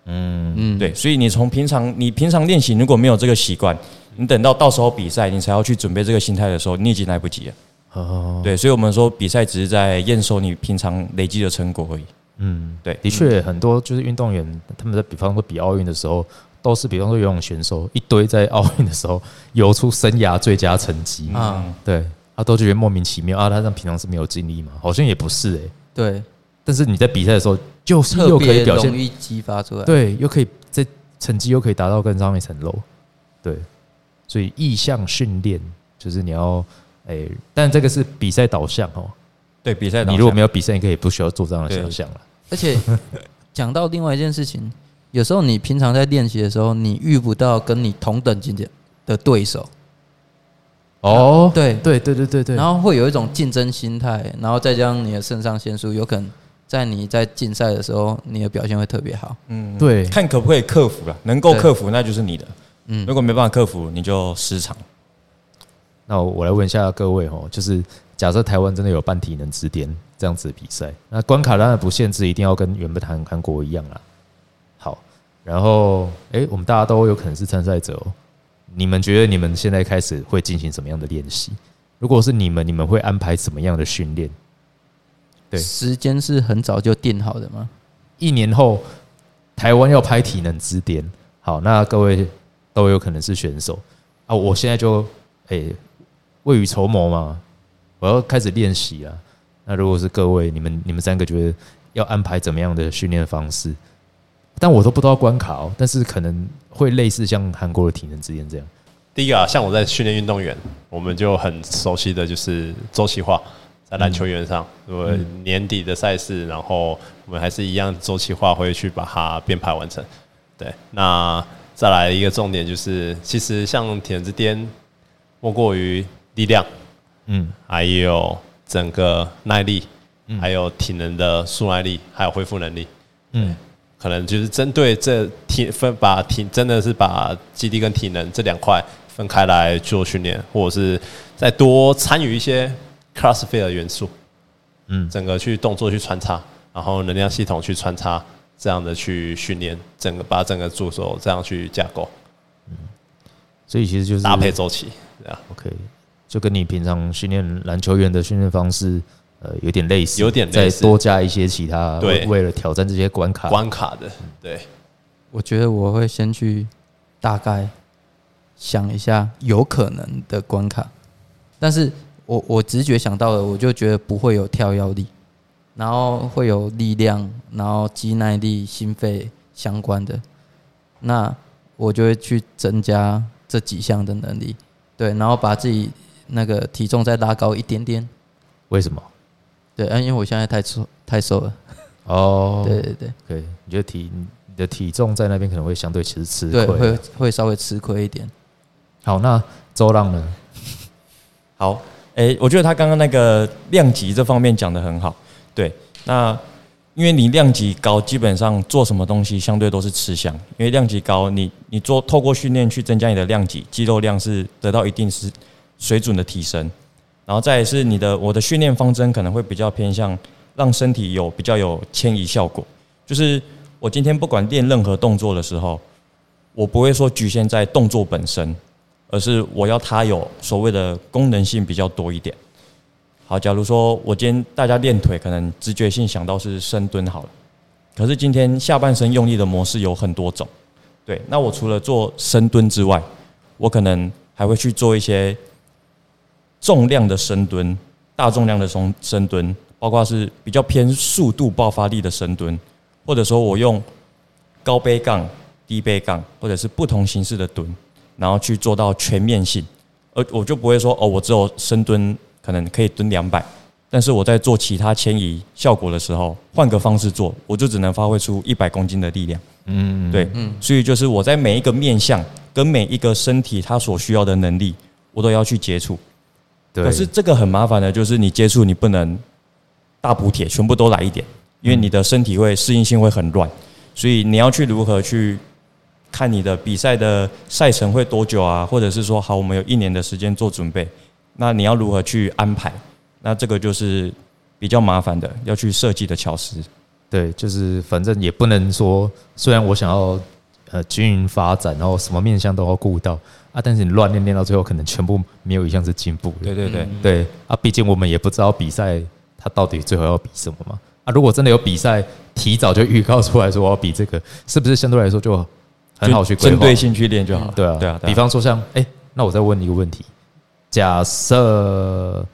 Speaker 2: 嗯，
Speaker 3: 对，所以你从平常你平常练习如果没有这个习惯，你等到到时候比赛你才要去准备这个心态的时候，你已经来不及了。
Speaker 1: 哦，
Speaker 3: 对，所以我们说比赛只是在验收你平常累积的成果而已。
Speaker 1: 嗯，
Speaker 3: 对
Speaker 1: 的确很多就是运动员他们在比方说比奥运的时候，都是比方说游泳选手一堆在奥运的时候游出生涯最佳成绩，
Speaker 3: 嗯
Speaker 2: 啊，
Speaker 1: 对，他都觉得莫名其妙啊，他像平常是没有经历嘛，好像也不是哎、
Speaker 2: 对，
Speaker 1: 但是你在比赛的时候就是
Speaker 2: 特
Speaker 1: 又可
Speaker 2: 别
Speaker 1: 以表现
Speaker 2: 容易啊激发出来，
Speaker 1: 对，又可以这成绩又可以达到更上一层楼，对，所以意向训练就是你要，哎、但这个是比赛导向哦。
Speaker 3: 对，比赛
Speaker 1: 你如果没
Speaker 3: 有
Speaker 1: 有比赛，你可以不需要做这样的
Speaker 3: 对
Speaker 1: 想象了。
Speaker 2: 而且讲到另外一件事情，有时候你平常在练习的时候，你遇不到跟你同等级的的对手，
Speaker 1: 哦，
Speaker 2: 对
Speaker 1: 对对对对对，
Speaker 2: 然后会有一种竞争心态，然后再加上你的肾上腺素，有可能在你在竞赛的时候，你的表现会特别好。
Speaker 1: 嗯对
Speaker 3: 看可不可以克服了，能够
Speaker 2: 对
Speaker 3: 克服那就是你的。
Speaker 2: 嗯
Speaker 3: 如果没办法克服，你就失常。
Speaker 1: 那我我来问一下各位哦，就是假设台湾真的有办体能之巅这样子的比赛，那关卡当然不限制一定要跟原本韩韩国一样啦。好，然后诶，我们大家都有可能是参赛者哦。你们觉得你们现在开始会进行什么样的练习？如果是你们，你们会安排什么样的训练？对
Speaker 2: 时间是很早就定好的吗？
Speaker 1: 一年后，台湾要拍体能之巅，好，那各位都有可能是选手啊。我现在就诶、未雨绸缪嘛，我要开始练习啊。那如果是各位，你们你们三个觉得要安排怎么样的训练方式？但我都不知道关卡哦，但是可能会类似像韩国的体能之巅这样。
Speaker 4: 第一个啊，像我在训练运动员，我们就很熟悉的就是周期化，在篮球员上，如果年底的赛事，然后我们还是一样周期化会去把它编排完成。对，那再来一个重点就是，其实像铁人之巅，莫过于力量，
Speaker 1: 嗯，
Speaker 4: 还有整个耐力，还有体能的速耐力，还有恢复能力。
Speaker 1: 嗯，
Speaker 4: 可能就是针对这体分把体真的是把基地跟体能这两块分开来做训练，或者是再多参与一些 CrossFit 的元素，
Speaker 1: 嗯
Speaker 4: 整个去动作去穿插，然后能量系统去穿插，这样的去训练，整个把整个助手这样去架构
Speaker 1: 所以其实就是
Speaker 4: 搭配周期，这样
Speaker 1: OK，就跟你平常训练篮球员的训练方式，呃，有点类似，
Speaker 4: 有点
Speaker 1: 再
Speaker 4: 类似
Speaker 1: 多加一些其他，
Speaker 4: 对
Speaker 1: 为为了挑战这些关卡，
Speaker 4: 关卡的，对，
Speaker 2: 我觉得我会先去大概想一下有可能的关卡，但是我我直觉想到的，我就觉得不会有跳跃力，然后会有力量，然后肌耐力、心肺相关的，那我就会去增加这几项的能力，对，然后把自己那个体重再拉高一点点，
Speaker 1: 为什么？
Speaker 2: 对，啊因为我现在太瘦太瘦了，
Speaker 1: 哦，
Speaker 2: 对对对。
Speaker 1: 对，你觉得体你的体重在那边可能会相对其实吃
Speaker 2: 对，
Speaker 1: 亏
Speaker 2: 会。会稍微吃亏一点。
Speaker 1: 好，那周浪呢？
Speaker 3: 好，诶、哎我觉得他刚刚那个量级这方面讲的很好。对，那因为你量级高，基本上做什么东西相对都是吃香，因为量级高，你你做透过训练去增加你的量级，肌肉量是得到一定是水准的提升。然后再来是你的我的训练方针可能会比较偏向让身体有比较有迁移效果，就是我今天不管练任何动作的时候，我不会说局限在动作本身，而是我要它有所谓的功能性比较多一点。好，假如说我今天大家练腿，可能直觉性想到是深蹲好了，可是今天下半身用力的模式有很多种，对，那我除了做深蹲之外，我可能还会去做一些重量的深蹲、大重量的松深蹲，包括是比较偏速度爆发力的深蹲，或者说我用高背杠、低背杠，或者是不同形式的蹲，然后去做到全面性。而我就不会说哦，我只有深蹲可能可以蹲两百，但是我在做其他迁移效果的时候，换个方式做，我就只能发挥出一百公斤的力量。
Speaker 1: 嗯，
Speaker 3: 对，所以就是我在每一个面向跟每一个身体它所需要的能力，我都要去接触。
Speaker 1: 对，
Speaker 3: 可是这个很麻烦的，就是你接触你不能大补铁，全部都来一点，因为你的身体会适应性会很乱，所以你要去如何去看你的比赛的赛程会多久啊，或者是说好，我们有一年的时间做准备，那你要如何去安排？那这个就是比较麻烦的，要去设计的巧思。
Speaker 1: 对，就是反正也不能说，虽然我想要呃均匀发展，然后什么面向都要顾到啊，但是你乱练练到最后，可能全部没有一项是进步的。
Speaker 3: 对对对，
Speaker 1: 对啊，毕竟我们也不知道比赛它到底最后要比什么嘛。啊，如果真的有比赛，提早就预告出来说我要比这个，是不是相对来说就很好去规划
Speaker 3: 针对性去练就好了。
Speaker 1: 对啊，
Speaker 3: 对啊，对啊
Speaker 1: 比方说像，哎、那我再问你一个问题：假设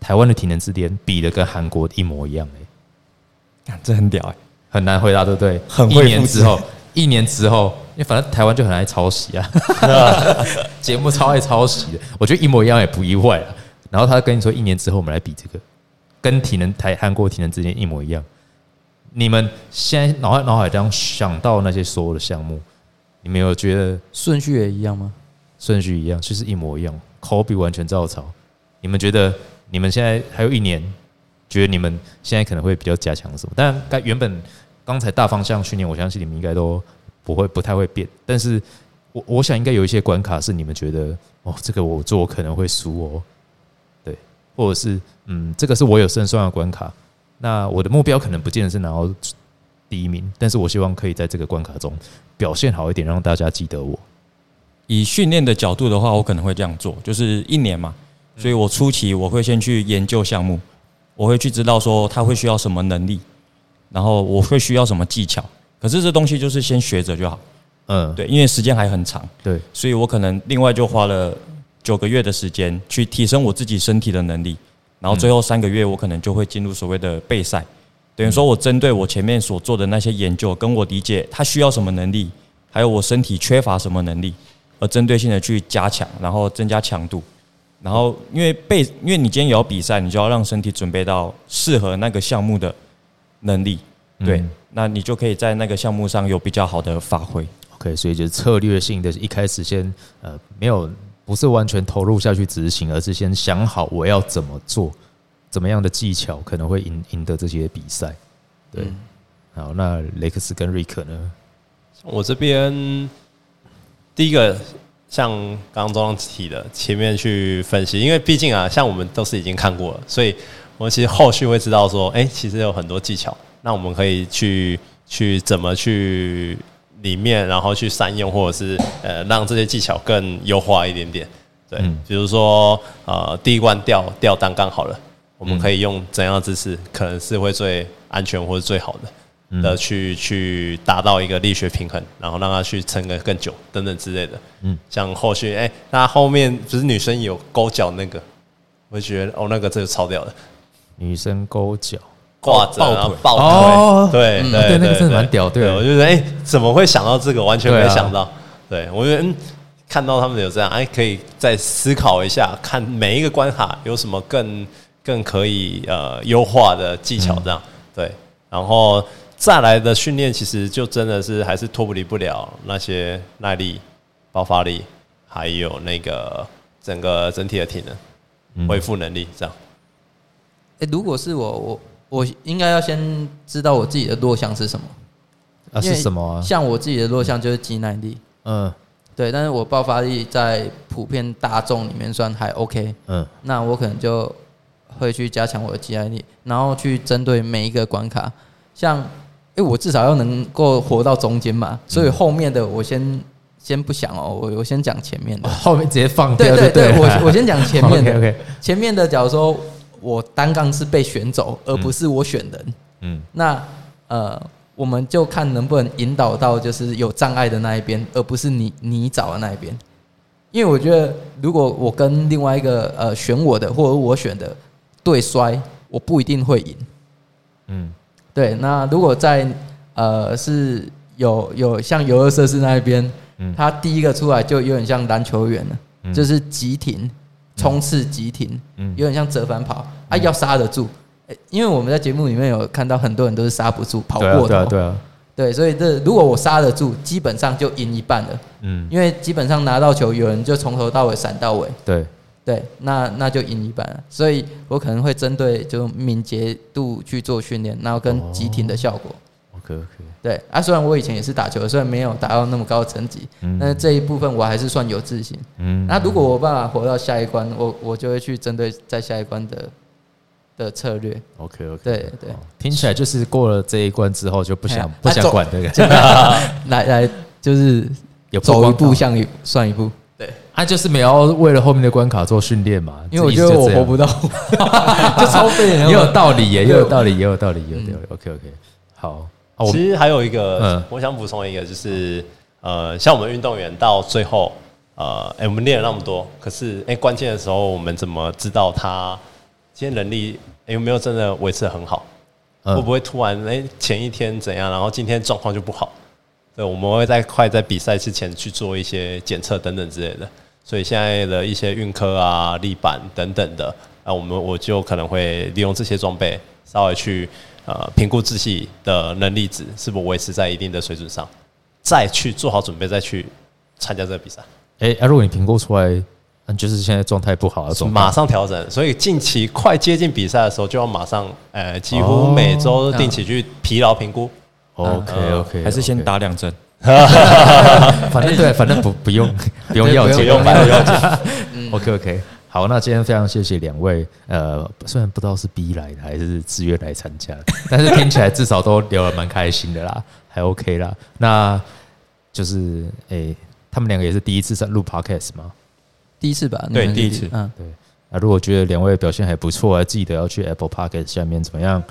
Speaker 1: 台湾的体能之巅比的跟韩国一模一样、哎，
Speaker 3: 干这很屌哎、
Speaker 1: 很难回答，对不对？
Speaker 3: 很
Speaker 1: 一
Speaker 3: 会
Speaker 1: 年
Speaker 3: 复制
Speaker 1: 之后，一年之后，因为反正台湾就很爱抄袭 啊，节目超爱抄袭的，我觉得一模一样也不意外啊。然后他跟你说，一年之后我们来比这个，跟体能台韩国体能之间一模一样。你们现在脑海脑海当中想到那些所有的项目，你们有觉得
Speaker 2: 顺序也一样吗？
Speaker 1: 顺序一样，就是一模一样，copy 完全照抄。你们觉得你们现在还有一年，觉得你们现在可能会比较加强什么？当然，该原本刚才大方向训练，我相信你们应该都不会不太会变。但是我我想应该有一些关卡是你们觉得哦，这个我做我可能会输哦，对，或者是嗯，这个是我有胜算的关卡。那我的目标可能不见得是拿到第一名，但是我希望可以在这个关卡中表现好一点，让大家记得我。
Speaker 3: 以训练的角度的话，我可能会这样做，就是一年嘛，所以我初期我会先去研究项目，我会去知道说他会需要什么能力，然后我会需要什么技巧。可是这东西就是先学着就好，
Speaker 1: 嗯，
Speaker 3: 对，因为时间还很长，
Speaker 1: 对。
Speaker 3: 所以我可能另外就花了九个月的时间去提升我自己身体的能力，然后最后三个月我可能就会进入所谓的备赛，等于说我针对我前面所做的那些研究，跟我理解他需要什么能力，还有我身体缺乏什么能力，而针对性的去加强，然后增加强度。然后因为备，因为你今天也要比赛，你就要让身体准备到适合那个项目的能力。对，
Speaker 1: 嗯
Speaker 3: 那你就可以在那个项目上有比较好的发挥。
Speaker 1: OK，所以就是策略性的，一开始先呃没有不是完全投入下去执行，而是先想好我要怎么做，怎么样的技巧可能会赢赢得这些比赛。对，
Speaker 2: 嗯
Speaker 1: 好，那雷克斯跟瑞克呢？
Speaker 4: 我这边第一个像刚刚中提的，前面去分析，因为毕竟啊，像我们都是已经看过了，所以我们其实后续会知道说，哎、其实有很多技巧，那我们可以去去怎么去里面，然后去善用，或者是呃，让这些技巧更优化一点点。对，
Speaker 1: 嗯
Speaker 4: 比如说呃，第一关吊吊单杠好了，我们可以用怎样的姿势，可能是会最安全或者最好的。的去去达到一个力学平衡，然后让它去撑个更久等等之类的。
Speaker 1: 嗯
Speaker 4: 嗯，像后续哎，那、后面不是女生有勾脚那个，我就觉得哦，那个这个超屌的，
Speaker 1: 女生勾脚，
Speaker 4: 挂着
Speaker 3: 抱
Speaker 4: 然后
Speaker 3: 腿
Speaker 4: 抱
Speaker 1: 哦
Speaker 4: 腿，对
Speaker 2: 嗯
Speaker 4: 对
Speaker 1: 对那个真的蛮屌对
Speaker 4: 对我就觉得哎，怎么会想到这个？完全
Speaker 1: 对
Speaker 4: 没
Speaker 1: 啊
Speaker 4: 想到。对我觉得嗯，看到他们有这样，哎，可以再思考一下，看每一个关卡有什么更更可以呃优化的技巧，
Speaker 1: 嗯
Speaker 4: 这样、对。然后再来的训练，其实就真的是还是脱不离不了那些耐力、爆发力，还有那个整个整体的体
Speaker 1: 嗯
Speaker 4: 能、恢复能力，这样。
Speaker 2: 诶，如果是我，我我应该要先知道我自己的弱项是什么
Speaker 1: 啊
Speaker 2: 因
Speaker 1: 是
Speaker 2: 为
Speaker 1: 什么啊？
Speaker 2: 像我自己的弱项就是肌耐力，
Speaker 1: 嗯
Speaker 2: 对，但是我爆发力在普遍大众里面算还 OK，
Speaker 1: 嗯
Speaker 2: 那我可能就会去加强我的肌耐力，然后去针对每一个关卡，像，因为我至少要能够活到中
Speaker 1: 嗯
Speaker 2: 间嘛，所以后面的我先先不想哦，我我先讲前面的
Speaker 1: 哦， 后面直接放
Speaker 2: 对
Speaker 1: 掉就
Speaker 2: 对对，
Speaker 1: 了
Speaker 2: 我 我先讲前面的
Speaker 1: 哦 OK，OK
Speaker 2: 前面的假如说我单杠是被选走，而不是我选人，
Speaker 1: 嗯
Speaker 2: 那呃，我们就看能不能引导到就是有障碍的那一边，而不是你你找的那一边。因为我觉得，如果我跟另外一个呃选我的或者我选的对摔，我不一定会赢。
Speaker 1: 嗯
Speaker 2: 对，那如果在呃是有有像游乐设施那一边，
Speaker 1: 嗯
Speaker 2: 他第一个出来就有点像篮球员了，
Speaker 1: 嗯
Speaker 2: 就是急停、冲刺、急停，
Speaker 1: 嗯
Speaker 2: 有点像折返跑啊，要刹得住。诶因为我们在节目里面有看到很多人都是刹不住，跑
Speaker 1: 对啊
Speaker 2: 过
Speaker 1: 对啊
Speaker 2: 头，
Speaker 1: 对啊，
Speaker 2: 对所以这如果我刹得住，基本上就赢一半了，
Speaker 1: 嗯
Speaker 2: 因为基本上拿到球，有人就从头到尾闪到尾，
Speaker 1: 对，
Speaker 2: 对，那那就赢一半了。所以我可能会针对就敏捷度去做训练，然后跟急停的效果。
Speaker 1: 哦 OK OK，
Speaker 2: 对啊，虽然我以前也是打球的，虽然没有达到那么高的成绩，
Speaker 1: 嗯
Speaker 2: 但是这一部分我还是算有自信。
Speaker 1: 嗯
Speaker 2: 那如果我有办法活到下一关，我我就会去针对在下一关的的策略。
Speaker 1: OK OK，
Speaker 2: 对对
Speaker 1: 听起来就是过了这一关之后就不
Speaker 2: 哎呀
Speaker 1: 想不
Speaker 2: 啊
Speaker 1: 想
Speaker 2: 走
Speaker 1: 管这个，
Speaker 2: 来来，就是
Speaker 1: 有
Speaker 2: 走一
Speaker 1: 光
Speaker 2: 步
Speaker 1: 卡
Speaker 2: 像一算一步，
Speaker 1: 啊，就是没有为了后面的关卡做训练嘛，
Speaker 2: 因为我
Speaker 1: 意
Speaker 2: 觉
Speaker 1: 思
Speaker 2: 得
Speaker 1: 就
Speaker 2: 我
Speaker 1: 这
Speaker 2: 活
Speaker 1: 样
Speaker 2: 不到， 就超废人了。
Speaker 1: 也有道理耶，也
Speaker 2: 对嗯
Speaker 1: 有道理，也有道理，也有道理。OK OK，好啊，我
Speaker 4: 其实还有一个，
Speaker 1: 嗯
Speaker 4: 我想补充一个，就是呃，像我们运动员到最后，呃，哎、我们练了那么多，可是哎、诶关键的时候，我们怎么知道他今天能力、哎诶有没有真的维持的很好？会不
Speaker 1: 嗯
Speaker 4: 会突然哎、诶前一天怎样，然后今天状况就不好？对，我们会在快在比赛之前去做一些检测等等之类的。所以现在的一些运科啊、力板等等的，啊，我们我就可能会利用这些装备，稍微去呃评估自己的能力值是否维持在一定的水准上，再去做好准备，再去参加这个比赛，
Speaker 1: 哎，啊如果你评估出来，嗯，就是现在状态不好，怎么办
Speaker 4: 马上调整。所以近期快接近比赛的时候，就要马上呃，几乎
Speaker 1: 哦
Speaker 4: 每周定期去疲劳评估。
Speaker 2: 嗯
Speaker 1: ？OK OK，
Speaker 3: 还是先，打两针。
Speaker 1: 反正对，反正不不用不用
Speaker 2: 对
Speaker 1: 要
Speaker 2: 不
Speaker 1: 紧，
Speaker 2: 用
Speaker 4: 不用
Speaker 1: 要紧。OK OK，好，那今天非常谢谢两位，呃，虽然不知道是逼来的还是自愿来参加的，但是听起来至少都聊得蛮开心的啦，还 OK 啦。那就是诶，他们两个也是第一次上录 Podcast 吗？
Speaker 2: 第一次吧？你
Speaker 3: 对
Speaker 2: 们是
Speaker 3: 第一次
Speaker 2: 嗯，
Speaker 1: 对，那如果觉得两位表现还不错，记得要去 Apple Podcast 下面怎么样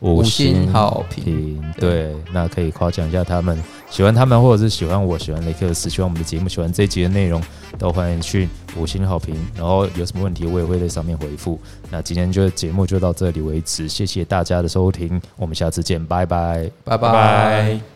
Speaker 1: 五
Speaker 2: 星好评
Speaker 1: 评对，那可以夸奖一下他们，喜欢他们或者是喜欢我，喜欢雷克斯，喜欢我们的节目，喜欢这一集的内容，都欢迎去五星好评。然后有什么问题，我也会在上面回复。那今天就节目就到这里为止，谢谢大家的收听，我们下次见，拜拜。
Speaker 2: 拜拜。
Speaker 3: 拜拜